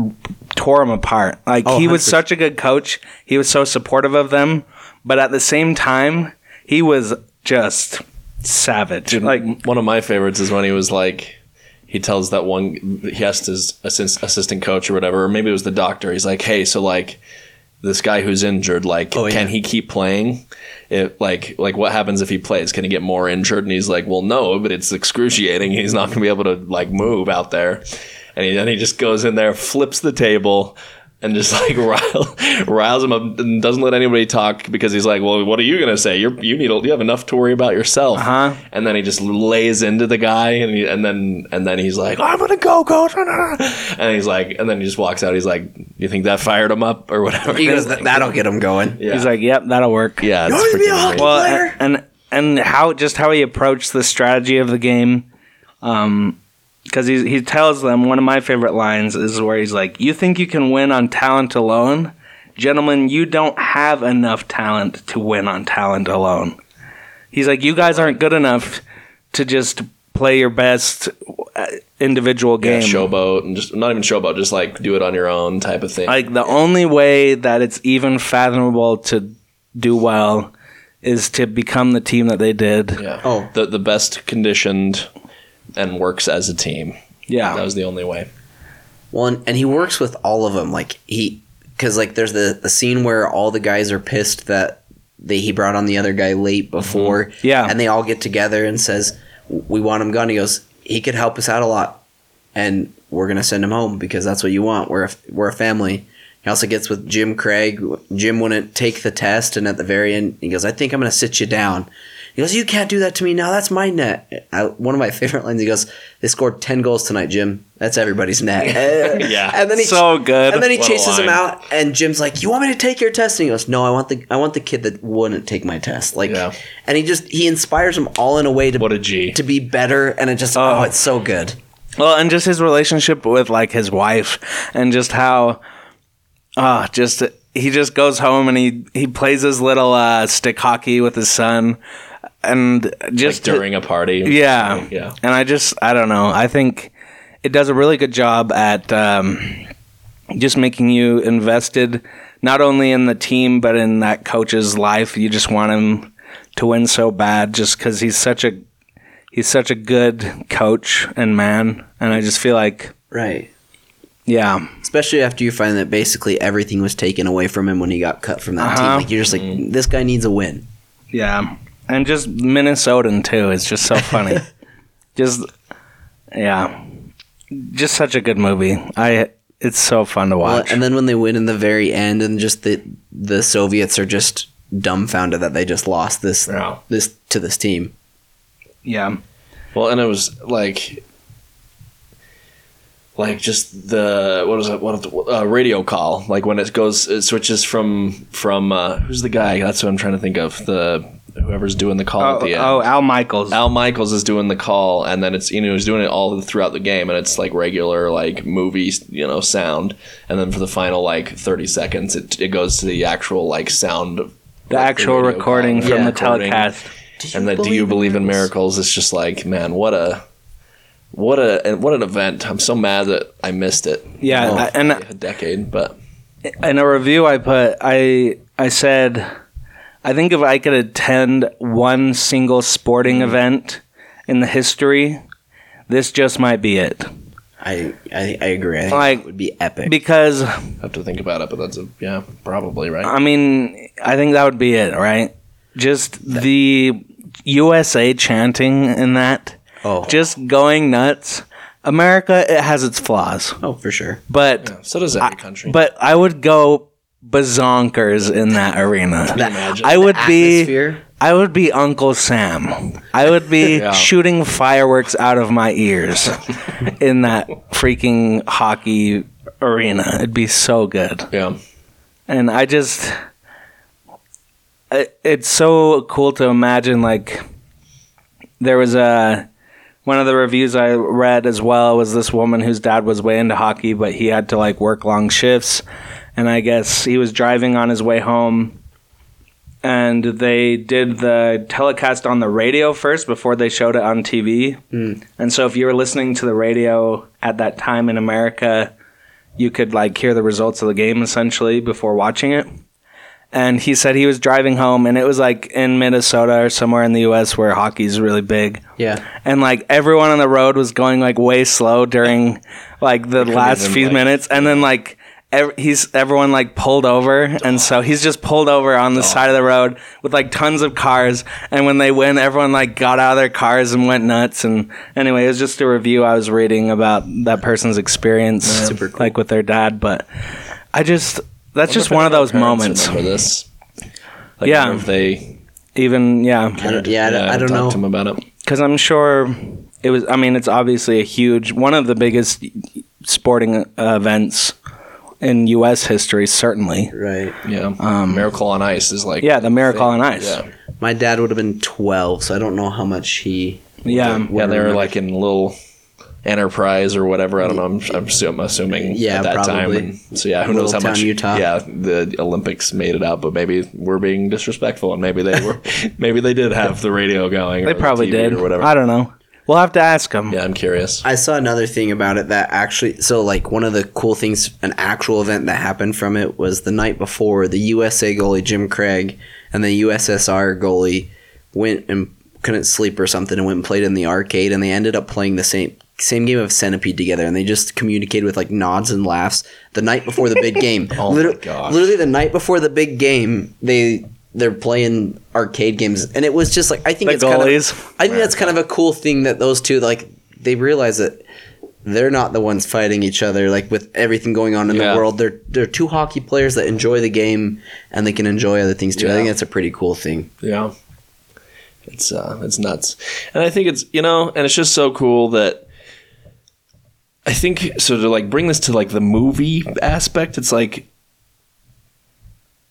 tore him apart. Like Oh, he was 100%. such a good coach. He was so supportive of them, but at the same time, he was just savage. Like one of my favorites is when he was like he tells that one he asked his assist, assistant coach or whatever or maybe it was the doctor he's like hey so like this guy who's injured like yeah. can he keep playing it like like what happens if he plays can he get more injured and he's like well no but it's excruciating he's not gonna be able to like move out there and he, then he just goes in there flips the table and just like riles, riles him up and doesn't let anybody talk because he's like, well, what are you gonna say? You're, you need you have enough to worry about yourself. Uh-huh. And then he just lays into the guy, and he, and then and then he's like, I'm gonna go, coach. And he's like, and then he just walks out. He's like, you think that fired him up or whatever? he goes, "That- that'll get him going. yeah. he's like, "Yep, that'll work." yeah, it's wanna be a freaking hockey- great. Well, Blair. and and how just how he approached the strategy of the game, um, because he he tells them one of my favorite lines is where he's like, "You think you can win on talent alone, gentlemen? You don't have enough talent to win on talent alone." He's like, "You guys aren't good enough to just play your best uh, individual Yeah, game." showboat and just not even showboat, just like do it on your own type of thing. Like the only way that it's even fathomable to do well is to become the team that they did. yeah. Oh. the the best conditioned and works as a team. Yeah. That was the only way. Well, and, and he works with all of them. Like he, because like there's the, the scene where all the guys are pissed that they, he brought on the other guy late before. Yeah. and they all get together and says, "We want him gone." He goes, "He could help us out a lot, and we're gonna send him home because that's what you want. We're a, we're a family." He also gets with Jim Craig. Jim wouldn't take the test, and at the very end, he goes, "I think I'm gonna sit you down." He goes, "You can't do that to me now. That's my net." I, one of my favorite lines. He goes, "They scored ten goals tonight, Jim. That's everybody's net." Yeah. and then he So good. And then he What a chases him line. out, and Jim's like, "You want me to take your test?" And he goes, "No, I want the I want the kid that wouldn't take my test." Like, Yeah. and he just he inspires them all in a way to What a G. to be better, and it just oh, it's so good. Well, and just his relationship with like his wife, and just how, ah, just he just goes home and he he plays his little uh, stick hockey with his son, and just during a party. yeah, Yeah. And I just I don't know. I think it does a really good job at um, just making you invested not only in the team but in that coach's life. You just want him to win so bad, just because he's such a he's such a good coach and man. And I just feel like Right. yeah, Especially after you find that basically everything was taken away from him when he got cut from Uh-huh. that team. Like you're just Mm-hmm. like, this guy needs a win. yeah, and just Minnesotan too. It's just so funny. just yeah, just such a good movie. I. It's so fun to Well, watch. and then when they win in the very end, and just the the Soviets are just dumbfounded that they just lost this Yeah. this to this team. yeah. Well, and it was like, like just the what is it? What uh, radio call? Like when it goes, it switches from from uh, who's the guy? That's what I'm trying to think of. The whoever's doing the call Oh, at the end. oh, Al Michaels. Al Michaels is doing the call, and then it's you know he's doing it all throughout the game, and it's like regular like movie you know sound, and then for the final like thirty seconds, it it goes to the actual like sound. of- the like, actual radio call. recording from Yeah, the recording. telecast. and the do you believe in miracles? It's just like man, what a what a and what an event! I'm so mad that I missed it. Yeah, Oh, I- and- a decade, but In a review I put, I I said, I think if I could attend one single Hmm. sporting event in the history, this just might be it. I I, I agree. I think Like- it would be epic. Because I have to think about it. But that's a yeah, probably right. I mean, I think that would be it, right? Just the USA chanting in that, oh, just going nuts. America, it has its flaws, oh, for sure. but so does every country. But I would go bazonkers in that arena. imagine? I would be Atmosphere. I would be Uncle Sam. I would be Yeah. shooting fireworks out of my ears in that freaking hockey arena. It'd be so good. yeah, And I just it, it's so cool to imagine like there was a one of the reviews I read as well was this woman whose dad was way into hockey, but he had to like work long shifts. And I guess he was driving on his way home. And they did the telecast on the radio first before they showed it on TV. And so if you were listening to the radio at that time in America, you could like hear the results of the game essentially before watching it. And he said he was driving home, and it was like in Minnesota or somewhere in the US where hockey's really big Yeah. and like everyone on the road was going like way slow during like the last even, few like- minutes and then like ev- he's everyone like pulled over and so he's just pulled over on the side of the road with like tons of cars and when they win everyone like got out of their cars and went nuts and anyway it was just a review i was reading about that person's experience Super cool. like with their dad but i just that's just one of those moments Parents Remember this? Like, Yeah. I wonder if they even yeah I don't, yeah, I don't, I don't talked know. to him about it. because I'm sure it was. I mean, it's obviously a huge one of the biggest sporting uh, events in U.S. history, certainly. Right. Yeah, Miracle on Ice is like Um, Yeah, the Miracle on Ice. yeah, My dad would have been 12, so I don't know how much he. Yeah. yeah. They were like in little Enterprise or whatever. I don't know. I'm, I'm, assume, assuming Yeah, at that time. probably. And so yeah, who knows how Little town, much? Utah. Yeah, the Olympics made it up, but maybe we're being disrespectful, and maybe they were. maybe they did have the radio going. They or the probably TV did. or whatever. I don't know. We'll have to ask them. yeah, I'm curious. I saw another thing about it that actually. So, like, one of the cool things, an actual event that happened from it was the night before the USA goalie Jim Craig and the USSR goalie went and couldn't sleep or something and went and played in the arcade, and they ended up playing the same. Same game of Centipede together, and they just communicated with like nods and laughs the night before the big game. Oh my Liter- gosh. literally the night before the big game, they they're playing arcade games, and it was just like I think The it's kind of goalies. I think that's kind of a cool thing that those two like they realize that they're not the ones fighting each other like with everything going on in Yeah. the world. They're they're two hockey players that enjoy the game and they can enjoy other things too. I Yeah. think that's a pretty cool thing. Yeah. It's uh, it's nuts, and I think it's you know, and it's just so cool that I think so to like bring this to like the movie aspect. It's like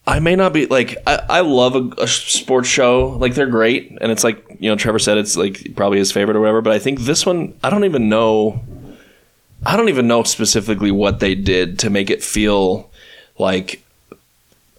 I may not be like I, I love a, a sports show like they're great, and it's like you know Trevor said it's like probably his favorite or whatever. But I think this one I don't even know I don't even know specifically what they did to make it feel like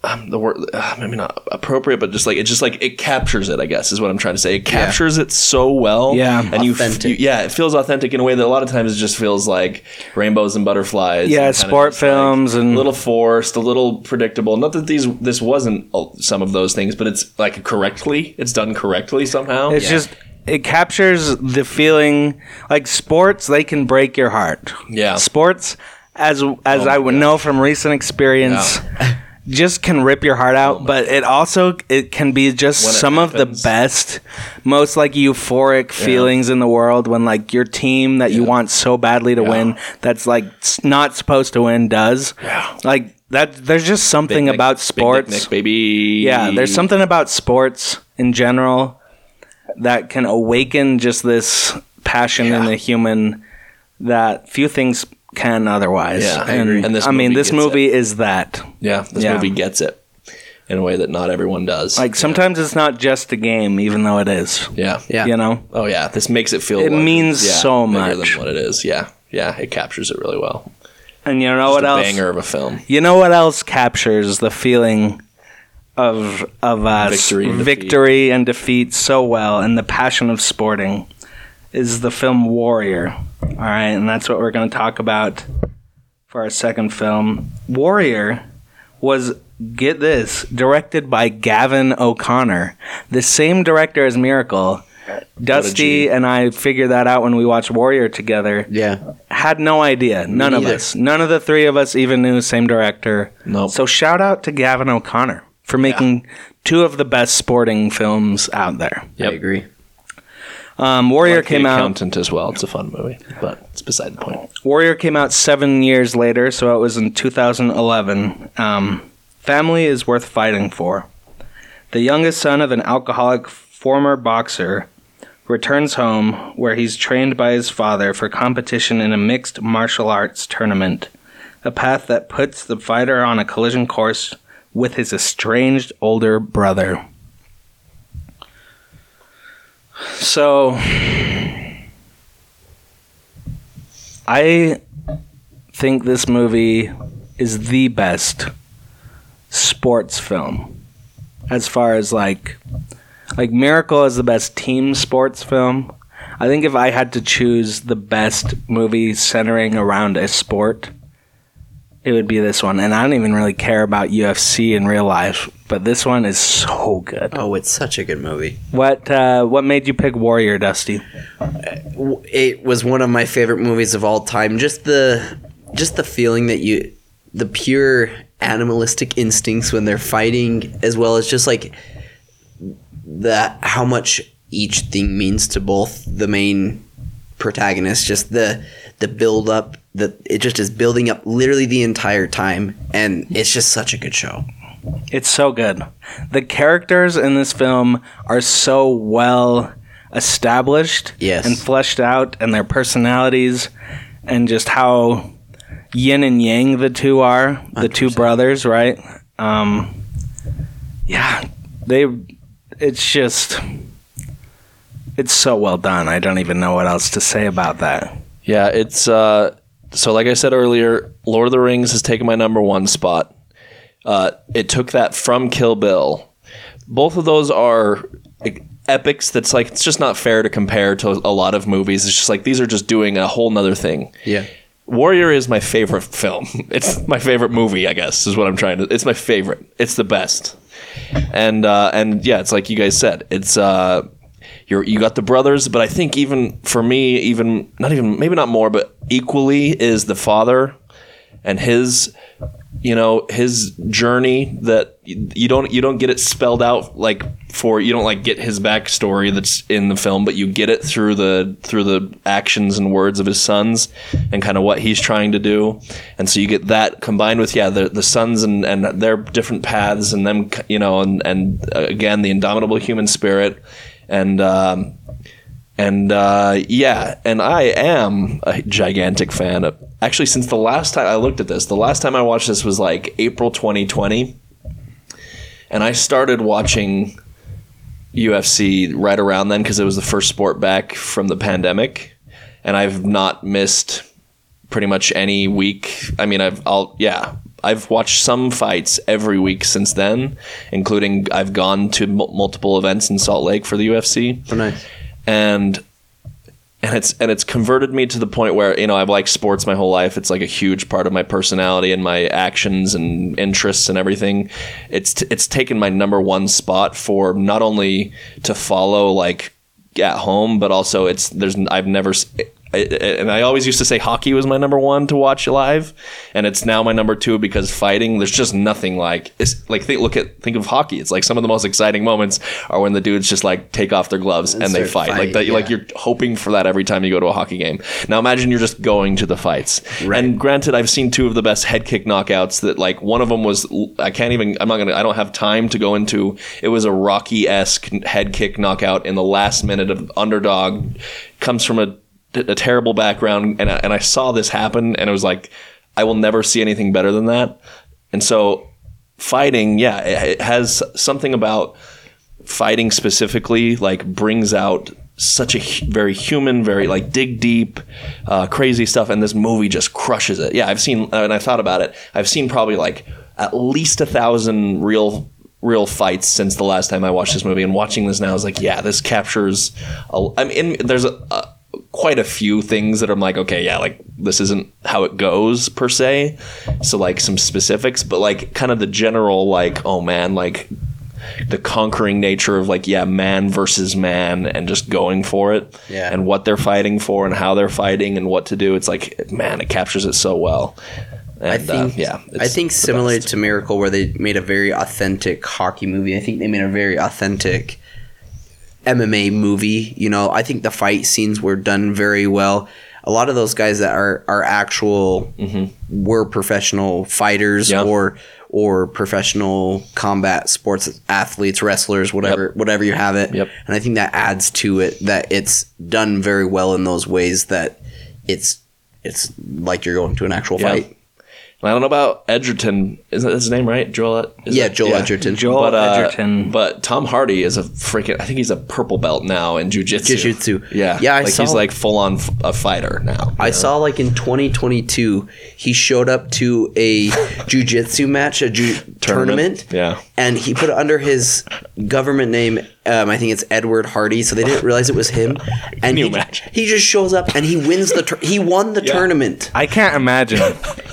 um, the word uh, maybe not appropriate, but just like it just like it captures it. I guess is what I'm trying to say. It captures it so well. Yeah. and you, f- Authentic. you- yeah, it feels authentic in a way that a lot of times it just feels like rainbows and butterflies. Yeah, and kinda sport just, like, films and- a little forced, a little predictable. Not that these this wasn't uh, some of those things, but it's like correctly, it's done correctly somehow. It's Yeah. just it captures the feeling like sports they can break your heart. Yeah. Oh Sports as as I would know from recent experience just can rip your heart out, but it also it can be just Oh When it some of the happens. best most like euphoric feelings in the world when like your team that you want so badly to win that's like s- not supposed to win does. Yeah. Like that there's just something Nick- about Big Nick sports. Nick, baby. Yeah, there's something about sports in general that can awaken just this passion in the human that few things can otherwise. Yeah, I and, agree. And this I mean, movie this gets movie is that. Yeah, this Yeah. movie gets it in a way that not everyone does. Like sometimes it's not just a game, even though it is. yeah, Yeah. You know, Oh yeah, this makes it feel. It larger. means Yeah, so bigger much. than what it is. Yeah, yeah, it captures it really well. and you know It's what a else? Banger of a film. You know what else captures the feeling of of uh, Victory and defeat. victory and defeat so well, and the passion of sporting is the film Warrior. All right, and that's what we're going to talk about for our second film. Warrior was get this directed by Gavin O'Connor, the same director as Miracle. Dusty and I figured that out when we watched Warrior together Yeah. had no idea. None of neither. us. None of the three of us even knew same director. Nope. So shout out to Gavin O'Connor for making two of the best sporting films out there. Yep. I agree. Um, Warrior Like The came out. Accountant as well. It's a fun movie, but it's beside the point. Warrior came out seven years later, so it was in 2011. Um, family is worth fighting for. The youngest son of an alcoholic former boxer returns home where he's trained by his father for competition in a mixed martial arts tournament, a path that puts the fighter on a collision course with his estranged older brother. So, I think this movie is the best sports film as far as like like Miracle is the best team sports film. I think if I had to choose the best movie centering around a sport, it would be this one. And I don't even really care about UFC in real life, but this one is so good. Oh, it's such a good movie. What uh, what made you pick Warrior Dusty? w- it was one of my favorite movies of all time. Just the just the feeling that you the pure animalistic instincts when they're fighting as well as just like the how much each thing means to both the main protagonist just the the build up that it just is building up literally the entire time and it's just such a good show It's so good. The characters in this film are so well established Yes. and fleshed out, and their personalities, and just how yin and yang the two are, the two brothers, right? Um, yeah, they. It's just. It's so well done. I don't even know what else to say about that. Yeah, it's uh, so like I said earlier, Lord of the Rings has taken my number one spot. Uh, it took that from Kill Bill. Both of those are like, epics. That's like it's just not fair to compare to a lot of movies. It's just like these are just doing a whole nother thing. yeah Warrior is my favorite film. It's my favorite movie, I guess, is what I'm trying to. It's my favorite. It's the best. And uh, and yeah, it's like you guys said. It's uh, you're you got the brothers, but I think even for me, even not even maybe not more, but equally is the father and his you know his journey that you don't you don't get it spelled out like for you don't like get his backstory that's in the film but you get it through the through the actions and words of his sons and kind of what he's trying to do and so you get that combined with yeah the, the sons and and their different paths and them you know and and uh, again the indomitable human spirit and um, and uh, yeah, and I am a gigantic fan of. Actually, since the last time I looked at this, the last time I watched this was like April 2020, and I started watching UFC right around then because it was the first sport back from the pandemic, and I've not missed pretty much any week. I mean, I've I'll yeah, I've watched some fights every week since then, including I've gone to mul multiple events in Salt Lake for the UFC Oh, nice. and and it's and it's converted me to the point where you know I've liked sports my whole life. It's like a huge part of my personality and my actions and interests and everything. It's t- it's taken my number one spot for not only to follow like at home, but also it's there's I've never. s- I- I- and I always used to say hockey was my number one to watch live, and it's now my number two because fighting. There's just nothing like it's like think, look at think of hockey. It's like some of the most exciting moments are when the dudes just like take off their gloves and, they start fight. Like fight, that, like yeah. you're hoping for that every time you go to a hockey game. Now imagine you're just going to the fights. Right. And granted, I've seen two of the best head kick knockouts. That like one of them was I can't even I'm not gonna I don't have time to go into. It was a Rocky esque head kick knockout in the last minute of underdog comes from a, a terrible background and I, and I saw this happen and it was like I will never see anything better than that. And so fighting, yeah, it, it has something about fighting specifically like brings out such a hu- very human, very like dig deep, uh, crazy stuff, and this movie just crushes it. Yeah, I've seen uh, and I thought about it. I've seen probably like at least a thousand real real fights since the last time I watched this movie, and watching this now is like, yeah, this captures. A, I mean, there's a, a, quite a few things that I'm like, okay, yeah, like this isn't how it goes per se. So like some specifics, but like kind of the general like, oh man, like the conquering nature of like yeah man versus man and just going for it Yeah. and what they're fighting for and how they're fighting and what to do it's like man it captures it so well and, I think uh, yeah I it's think the similar best. to Miracle where they made a very authentic hockey movie. I think they made a very authentic MMA movie. You know, I think the fight scenes were done very well. A lot of those guys that are are actual were professional fighters Mm-hmm. Yeah. or or professional combat sports athletes, wrestlers, whatever whatever you have it. Yep. And I think that adds to it that it's done very well in those ways that it's it's like you're going to an actual Yeah. fight. And I don't know about Edgerton. Is that his name right? Joel. Is yeah, it? Joel Edgerton. Joel But, uh, Edgerton. but Tom Hardy is a freaking. I think he's a purple belt now in jujitsu. Jiu-jitsu. Yeah. Yeah, I like saw- he's like full on f- a fighter now. I saw like in 2022 he showed up to a jujitsu match, a ju- tournament. Tournament, yeah. and he put it under his government name. Um, I think it's Edward Hardy, so they didn't realize it was him. And you he, imagine? he just shows up and he wins the tur- he won the tournament. I can't imagine.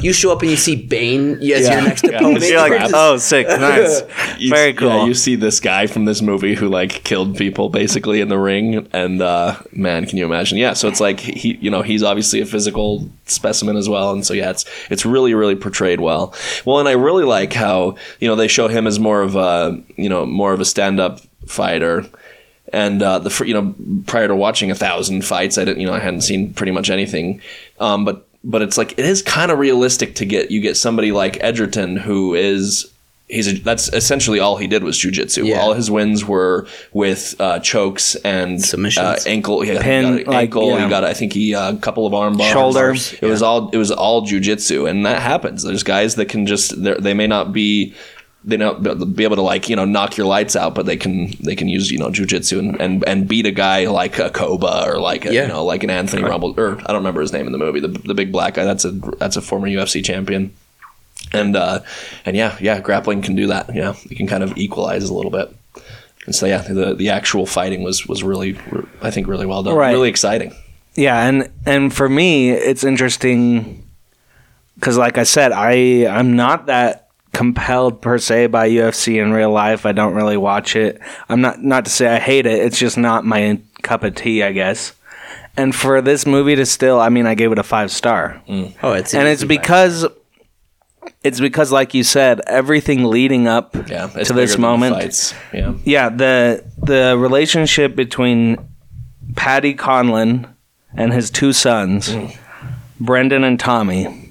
You show up and you see Bane as Yeah. your next Yeah. opponent. It's You're like, crap. oh, sick, nice, You- very yeah, cool. you see this guy from this movie who like killed people basically in the ring, and uh, man, can you imagine? Yeah, so it's like he, you know, he's obviously a physical specimen as well, and so yeah, it's it's really really portrayed well. Well, and I really like how you know they show him as more of a you know more of a stand up fighter. And uh, the fir- you know prior to watching a thousand fights, I didn't you know I hadn't seen pretty much anything, um, but but it's like it is kind of realistic to get you get somebody like Edgerton who is he's a, that's essentially all he did was jujitsu. Yeah. All his wins were with uh, chokes and Submissions. uh, ankle. Yeah, Pin, he got an like, ankle. yeah. He got I think he uh, a couple of arm bars. Shoulder. It was all it was all jujitsu, and that happens. There's guys that can just they're- they may not be. They don't be- be able to like you know knock your lights out, but they can they can use you know jujitsu and, and and beat a guy like a Koba or like a, Yeah. you know like an Anthony Rumble or I don't remember his name in the movie the, the big black guy that's a that's a former UFC champion and uh, and yeah, yeah, grappling can do that. You know, it can kind of equalize a little bit. And so yeah, the the actual fighting was was really, I think, really well done. Right. Really exciting. yeah and and for me it's interesting because like i said i i'm not that compelled per se by ufc in real life i don't really watch it i'm not not to say i hate it it's just not my cup of tea i guess and for this movie to still i mean i gave it a five star Mm. oh, it's and it's because it's because like you said everything leading up Yeah, it's to bigger this than the moment fights. Yeah, yeah the the relationship between Paddy Conlon and his two sons, Brendan and Tommy,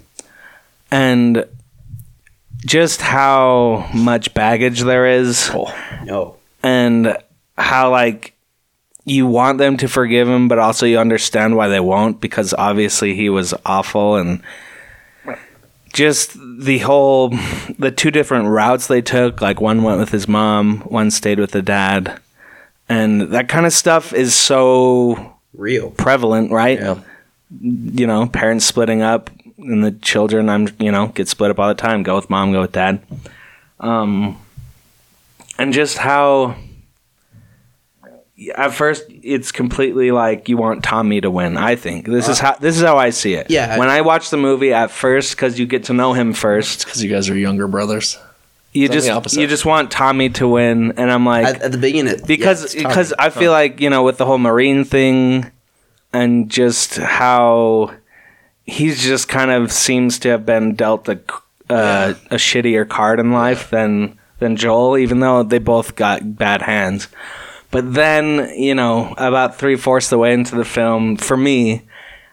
and just how much baggage there is, no. and how like you want them to forgive him, but also you understand why they won't because obviously he was awful and just the whole the two different routes they took like one went with his mom one stayed with the dad and that kind of stuff is so Real. prevalent right Yeah. you know parents splitting up and the children i'm you know get split up all the time go with mom go with dad um and just how at first it's completely like you want tommy to win i think this Uh, is how this is how i see it Yeah. when i watch the movie at first because you get to know him first because you guys are younger brothers. you It's on the just opposite. you just want Tommy to win, and I'm like At, at the beginning, it, because yeah, it's because tough. I feel like you know with the whole Marine thing, and just how he's just kind of seems to have been dealt a c- uh, a shittier card in life than than Joel, even though they both got bad hands. But then you know about three fourths of the way into the film, for me,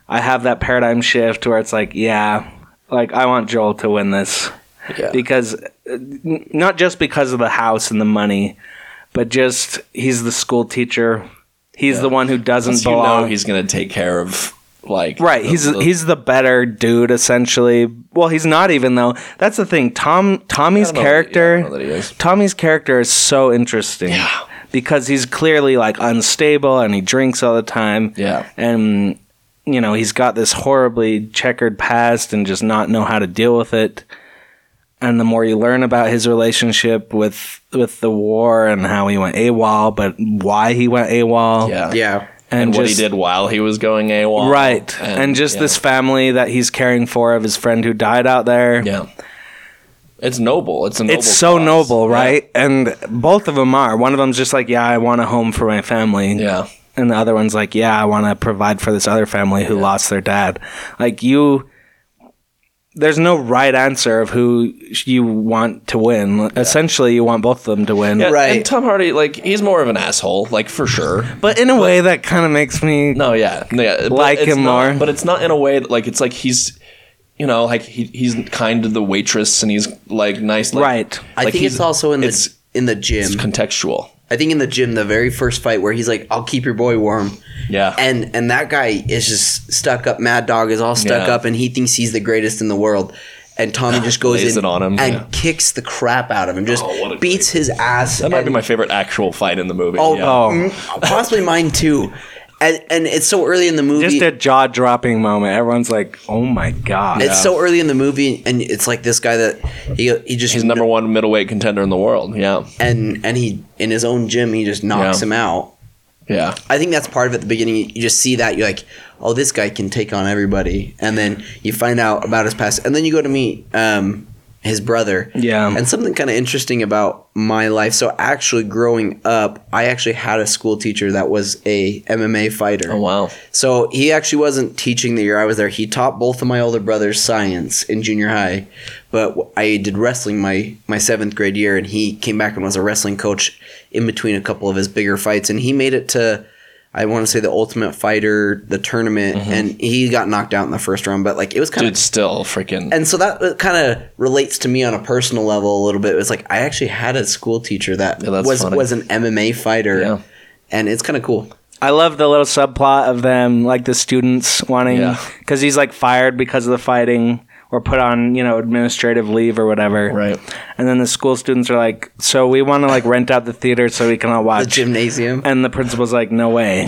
I have that paradigm shift where it's like, yeah, like I want Joel to win this Yeah. because uh, n- not just because of the house and the money, but just he's the school teacher. He's the one who doesn't Once you belong. know he's gonna take care of like right. the- he's the- he's the better dude essentially. Well, he's not even though. That's the thing. Tom Tommy's I don't know that- yeah, I don't know character that he is. Tommy's character is so interesting. Because he's clearly like unstable and he drinks all the time. Yeah. And you know, he's got this horribly checkered past and just not know how to deal with it. And the more you learn about his relationship with with the war and how he went AWOL, but why he went AWOL. yeah yeah, and, what just- he did while he was going AWOL. Right. And, just yeah. this family that he's caring for of his friend who died out there. Yeah. It's noble. It's a noble it's so cause. noble, Yeah. right? And both of them are. One of them's just like, yeah, I want a home for my family. Yeah. And the other one's like, yeah, I want to provide for this other family who lost their dad. Like you there's no right answer of who you want to win. Essentially, you want both of them to win. Yeah, Right. And Tom Hardy, like, he's more of an asshole, like for sure. But in a way that kind of makes me No, yeah, yeah. but Like it's him not- more. but it's not in a way that like it's like he's, you know, like he, he's kind to the waitress and he's like nice, like, right. I like, think he's- it's also in the it's- in the gym. It's contextual. I think in the gym, the very first fight where he's like, "I'll keep your boy warm," Yeah. and and that guy is just stuck up. Mad Dog is all stuck Yeah. up, and he thinks he's the greatest in the world. And Tommy just goes Lays in it on him, and yeah. kicks the crap out of him, just Oh, what a beats his ass. that might and- be my favorite actual fight in the movie. oh, yeah. Oh. mm, possibly mine too. And and it's so early in the movie. Just a jaw dropping moment. Everyone's like, "Oh my god!" It's so early in the movie, and it's like this guy that he he just He's number one middleweight contender in the world. Yeah. and and he in his own gym he just knocks Yeah. him out. Yeah. I think that's part of it. At the beginning, you just see that you're like, oh, this guy can take on everybody, and then you find out about his past, and then you go to meet um, his brother. Yeah. and something kind of interesting about my life. So actually, growing up, I actually had a school teacher that was a MMA fighter. Oh wow. So he actually wasn't teaching the year I was there. He taught both of my older brothers science in junior high, but w- I did wrestling my my seventh grade year, and he came back and was a wrestling coach in between a couple of his bigger fights, and he made it to. I want to say the Ultimate Fighter, the tournament, and he got knocked out in the first round. But like it was kind Mm-hmm. Dude, of, still freaking. and so that kind of relates to me on a personal level a little bit. It was like I actually had a school teacher that Yeah, that's was funny. was an MMA fighter, Yeah. and it's kind of cool. I love the little subplot of them, like the students wanting, Yeah. because he's like fired because of the fighting or put on, you know, administrative leave or whatever. Right. And then the school students are like, so we want to like rent out the theater so we can all The watch. gymnasium. And the principal's like, no way.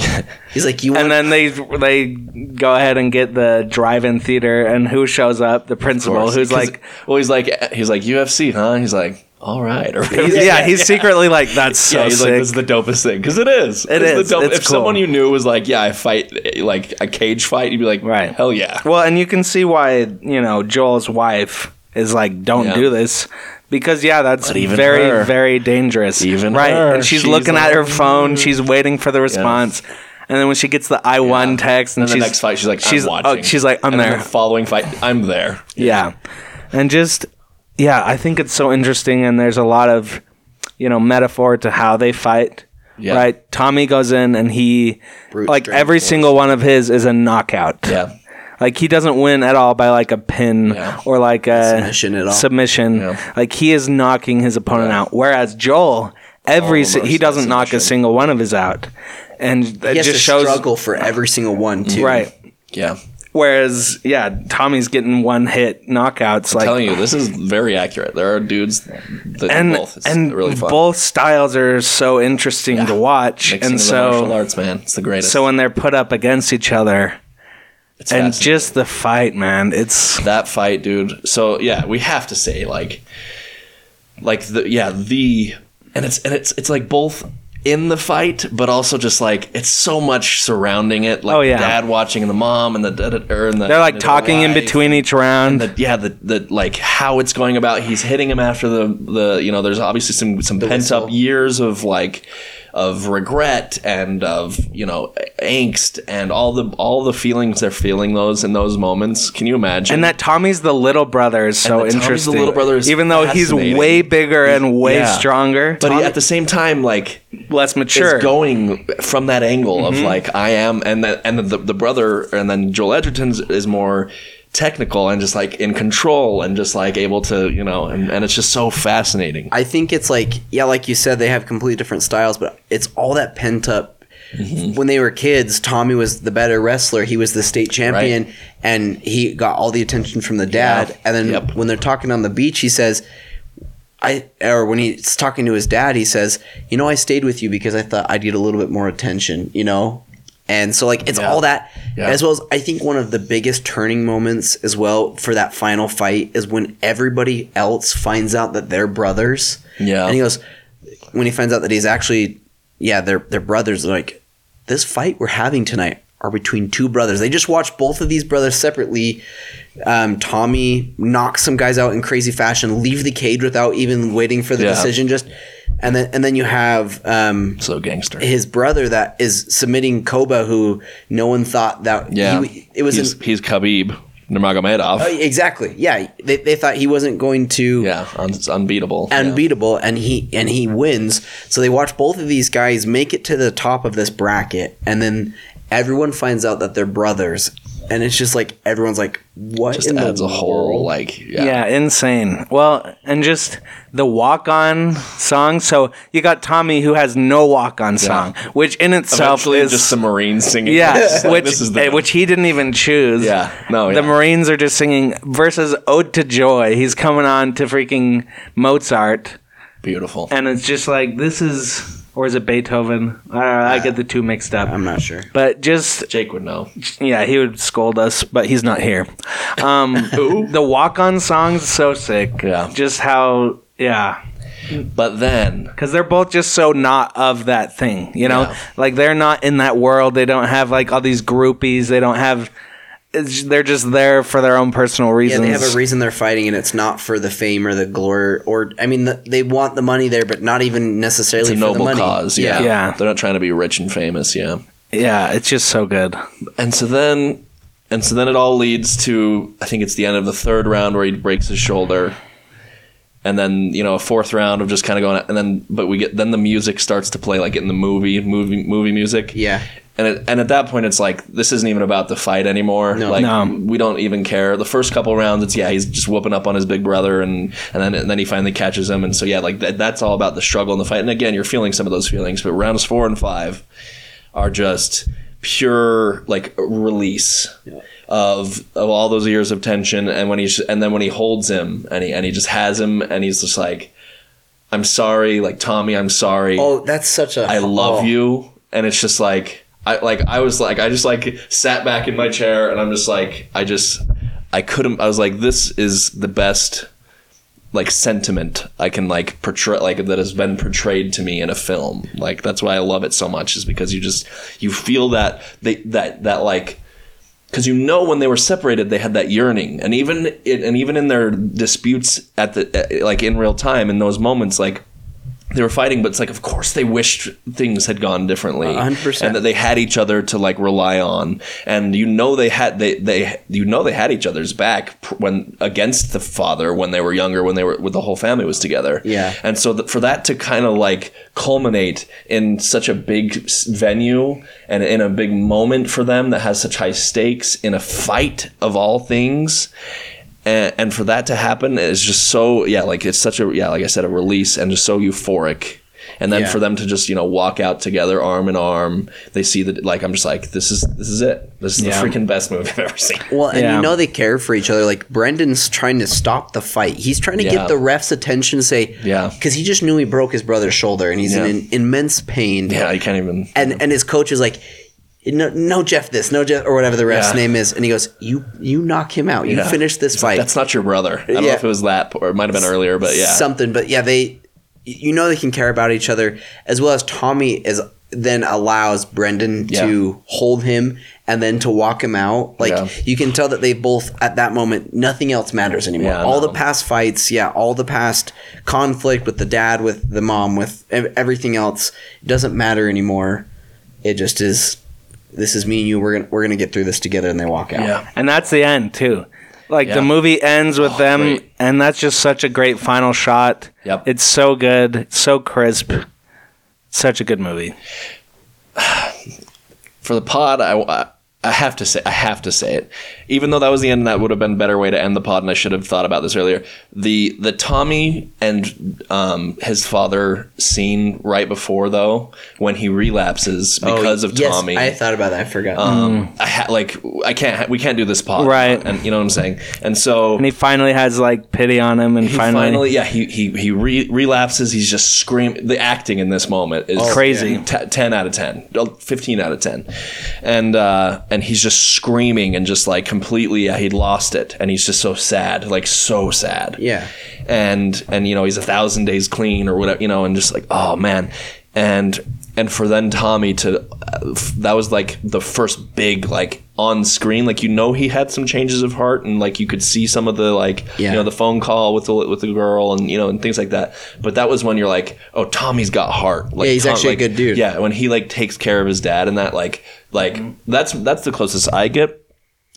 He's like, you want and then they they go ahead and get the drive-in theater, and who shows up? The principal, who's 'Cause- like, well, he's like, he's like UFC, huh? He's like, all right. Or whatever. he's- yeah, he's secretly like, that's so yeah, he's sick. like, this is the dopest thing because it is. It It's is. The dope- It's if cool. someone you knew was like, yeah, I fight like a cage fight, you'd be like, Right. hell yeah. Well, and you can see why you know Joel's wife is like, "Don't Yeah. do this," because yeah, that's even very her. very dangerous. Even right, her, and she's, she's looking at like, her phone. She's waiting for the response, and then when she gets the I one text, and, And the she's, next fight, she's like, I'm she's watching. oh, she's like, "I'm And then there." the following fight, I'm there. yeah, and just yeah, I think it's so interesting, and there's a lot of you know metaphor to how they fight. Yeah. Right, Tommy goes in and he Brute like strength every single one of his is a knockout. Yeah. Like he doesn't win at all by like a pin Yeah. or like a Submission at all. submission. Yeah. Like he is knocking his opponent out. Whereas Joel, every Almost si- he doesn't knock a submission. single one of his out. and He it has just to shows struggle for every single one too. right. Yeah. Whereas, yeah, Tommy's getting one hit knockouts. like telling you, this is very accurate. There are dudes that and do both. It's and really fun. both styles are so interesting to watch, Mixing and of the martial so arts, man, it's the greatest. so when they're put up against each other, It's and fascinating. just the fight, man, it's that fight, dude. So yeah, we have to say like, like the yeah the and it's and it's it's like both in the fight, but also just like it's so much surrounding it. Like Oh, yeah. dad watching the mom and the dad- or and the they're like the talking in wife. between each round. The, yeah, the, the like how it's going about. He's hitting him after the the you know. There's obviously some some pent up years of like of regret and of you know angst and all the all the feelings they're feeling those in those moments. Can you imagine? and that Tommy's the little brother is so that Tommy's the interesting. little brother is even though he's fascinating. way bigger and way yeah. stronger, but Tommy- he, at the same time, like less mature. is going from that angle of Mm-hmm. like I am, and that and the the brother, and then Joel Edgerton's is more technical and just like in control and just like able to you know, and, and it's just so fascinating. I think it's like yeah, like you said, they have completely different styles, but it's all that pent up. Mm-hmm. When they were kids, Tommy was the better wrestler. He was the state champion, and he got all the attention from the dad. Yeah. And then Yep. when they're talking on the beach, he says, "I." Or when he's talking to his dad, he says, "You know, I stayed with you because I thought I'd get a little bit more attention." You know. And so, like, it's all that, Yeah. as well as I think one of the biggest turning moments, as well, for that final fight is when everybody else finds out that they're brothers. Yeah. And he goes, when he finds out that he's actually, yeah, they're, they're brothers, they're like, this fight we're having tonight are between two brothers. They just watched both of these brothers separately. Um, Tommy knocks some guys out in crazy fashion, leave the cage without even waiting for the Yeah. decision, just, and then, and then you have, um, So gangster. his brother that is submitting Koba, who no one thought that Yeah, he, it was he's, an, he's Khabib Nurmagomedov. oh, exactly yeah they, they thought he wasn't going to yeah, un- it's unbeatable. unbeatable and he and he wins so they watch both of these guys make it to the top of this bracket and then everyone finds out that they're brothers and it's just like everyone's like what yeah. just in the adds a whole world? like yeah. Yeah, insane. Well, and just the walk on song. So you got Tommy who has no walk on song, which in itself Eventually, is just the Marines singing. It's yeah, like, which this is the eh, which he didn't even choose. Yeah, no, the yeah. Marines are just singing versus "Ode to Joy." He's coming on to freaking Mozart, beautiful. and it's just like this is or is it Beethoven? I don't know. I get the two mixed up. i'm not sure but just Jake would know. yeah, he would scold us, but he's not here. Um, the walk on song's so sick. Yeah. Just how, yeah. But then Because they're both just so not of that thing, you know? Yeah. Like they're not in that world. They don't have like all these groupies. They don't have, it's, they're just there for their own personal yeah reasons. they have a reason they're fighting and it's not for the fame or the glory or i mean the, they want the money there but not even necessarily it's a for the noble money cause. Yeah. Yeah. they're not trying to be rich and famous. Yeah, yeah, it's just so good. and so then, and so then it all leads to I think it's the end of the third round where he breaks his shoulder. And then you know a fourth round of just kind of going, and then but we get then the music starts to play like in the movie movie movie music. yeah And, it, and at that point, it's like this isn't even about the fight anymore. Like No. we don't even care. The first couple rounds, it's yeah, he's just whooping up on his big brother, and and then and then he finally catches him, and so yeah, like that, that's all about the struggle and the fight. And again, you're feeling some of those feelings, but rounds four and five are just pure like release of of all those years of tension. And when he's and then when he holds him, and he and he just has him, and he's just like, "I'm sorry, like Tommy, I'm sorry." oh that's such a I love oh. you, and it's just like I like I was like I just like sat back in my chair, and I'm just like I just I couldn't. I was like, this is the best like sentiment I can like portray like that has been portrayed to me in a film. Like that's why I love it so much is because you just you feel that they that that like because you know when they were separated they had that yearning and even it, and even in their disputes at the eh, like in real time in those moments like they were fighting but it's like of course they wished things had gone differently 100%. and that they had each other to like rely on and you know they had they they you know they had each other's back pr- when against the father when they were younger when they were when the whole family was together Yeah. and so th- for that to kind of like culminate in such a big s- venue and in a big moment for them that has such high stakes in a fight of all things and, and for that to happen is just so yeah like it's such a yeah like i said a release and just so euphoric and then Yeah. for them to just you know walk out together arm in arm they see that like i'm just like this is this is it this is Yeah. the freaking best movie i've ever seen Well, and Yeah. you know they care for each other. Like Brendan's trying to stop the fight. He's trying to Yeah. get the ref's attention. Say, Yeah. because he just knew he broke his brother's shoulder, and he's in Yeah. in immense pain. yeah you can't even and and his coach is like, no, no Jeff, this, no Jeff, or whatever the ref's Yeah. name is, and he goes, you you knock him out, you Yeah. finish this fight, that's not your brother i don't know Yeah. if it was that or it might have been earlier but yeah something. But yeah, they you know they can care about each other as well as Tommy is then allows Brendan Yeah. to hold him and then to walk him out. Like Yeah. you can tell that they both at that moment nothing else matters anymore. Yeah, all no. the past fights, yeah, all the past conflict with the dad, with the mom, with ev- everything else doesn't matter anymore. It just is. This is me and you. We're gonna we're gonna get through this together. And they walk out. yeah And that's the end too. Like Yeah. Oh, the movie ends with them, great. and that's just such a great final shot. Yep. It's so good, it's so crisp. Such a good movie. for the pod, I, I- I have to say, I have to say it. Even though that was the end, that would have been a better way to end the pod, and I should have thought about this earlier. The the Tommy and um, his father scene right before though, when he relapses Oh, because of yes, Tommy. I thought about that. I forgot. um, I ha- like I can't. We can't do this pod, Right. And you know what I'm saying. And so And he finally has like pity on him, and he finally, yeah, he he he re- relapses. He's just screaming. The acting in this moment is Crazy. T- ten out of ten. Oh, Fifteen out of ten, and uh, and he's just screaming and just like completely. Yeah, he'd lost it, and he's just so sad, like so sad. Yeah. and and you know he's a thousand days clean or whatever, you know, and just like oh man, and and for then Tommy to uh, f- that was like the first big like on screen like you know he had some changes of heart and like you could see some of the like Yeah. you know the phone call with the with the girl and you know and things like that but that was when you're like oh tommy's got heart like Yeah, he's Tom- actually a like- good dude. yeah when he like takes care of his dad and that like like that's that's the closest i get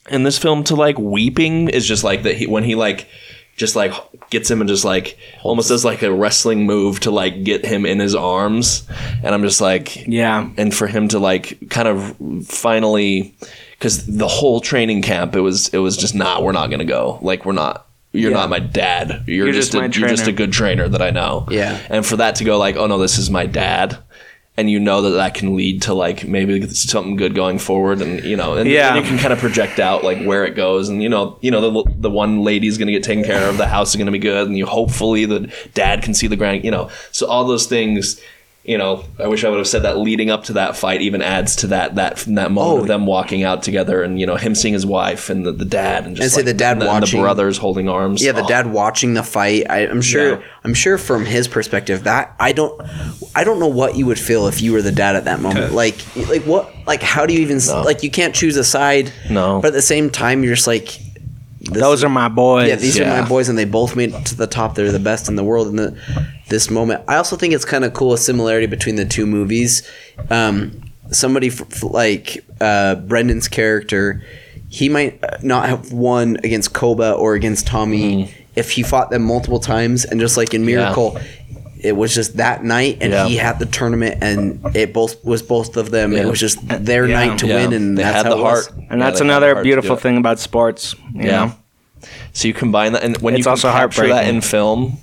in this film to like weeping is just like that he when he like just like gets him and just like almost does like a wrestling move to like get him in his arms and i'm just like yeah, and for him to like kind of finally because the whole training camp it was it was just not we're not gonna go like we're not you're not my dad you're, You're just, just my a, you're just trainer. a good trainer that i know Yeah. and for that to go like oh no this is my dad and you know that that can lead to like maybe something good going forward and you know and Yeah. then you can kind of project out like where it goes and you know you know the, the one lady's gonna get taken care of the house is gonna be good and you hopefully the dad can see the grand you know so all those things you know i wish i would have said that leading up to that fight even adds to that that that moment Oh. of them walking out together and you know him seeing his wife and the, the dad and just And say like, the dad and and watching- the brothers holding arms Yeah, the Oh, dad watching the fight. I, I'm sure. Yeah. I'm sure from his perspective that I don't. I don't know what you would feel if you were the dad at that moment. Like, like what? Like, how do you even? s No. Like, you can't choose a side. No. But at the same time, you're just like, those are my boys. yeah, these are yeah. my boys, and they both made it to the top. They're the best in the world in the, this moment. I also think it's kind of cool a similarity between the two movies. Um, somebody f- f- like uh, Brendan's character, he might uh, not have won against Koba or against Tommy Mm-hmm. if he fought them multiple times, and just like in Miracle. It was just that night, and Yeah. he had the tournament, and it both was both of them. Yeah. It was just their Yeah. night to Yeah. win, and They that's had how the it was. heart. and Yeah, that's they had the another heart to beautiful do it. thing about sports. you Yeah. know? So you combine that, and when It's you also also capture that heartbreaking. in film,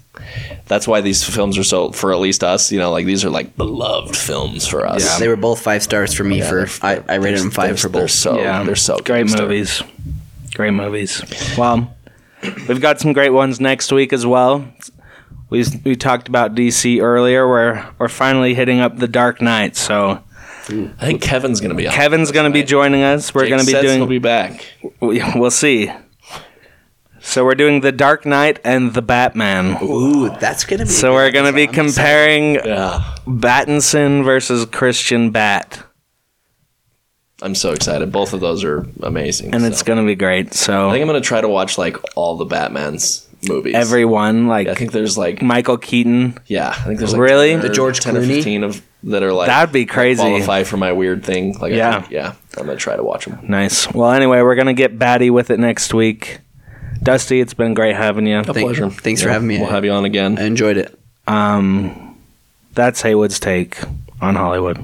that's why these films are so for at least us. You know, like these are like beloved films for us. They were both five stars for me. for I, I rated them 5 they're, for They're both. so yeah, they're so great gangster. movies. Great movies. Well, we've got some great ones next week as well. We we talked about DC earlier. We're we're finally hitting up the Dark Knight. So I think Kevin's gonna be on. Kevin's going to be joining us. We're Jake going to be says He'll doing. be back. we- We'll see. So we're doing the Dark Knight and the Batman. Ooh, that's gonna be. So we're going to be comparing Yeah, Battinson versus Christian Bat. I'm so excited. Both of those are amazing. and so. it's gonna be great. I think So I'm gonna try to watch like all the Batman's movies. everyone, like I think there's like Michael Keaton, yeah, I think there's like Really? 10 or- The George 10 or Clooney? 15 of that are like that'd be crazy. qualify for my weird thing. Like I Yeah. think- yeah, I'm gonna try to watch them. Nice. Well, anyway, we're gonna get batty with it next week. Dusty, it's been great having you. Thank- Pleasure. thanks for having me. We'll have you on again. I enjoyed it. Um, that's Haywood's take on Hollywood.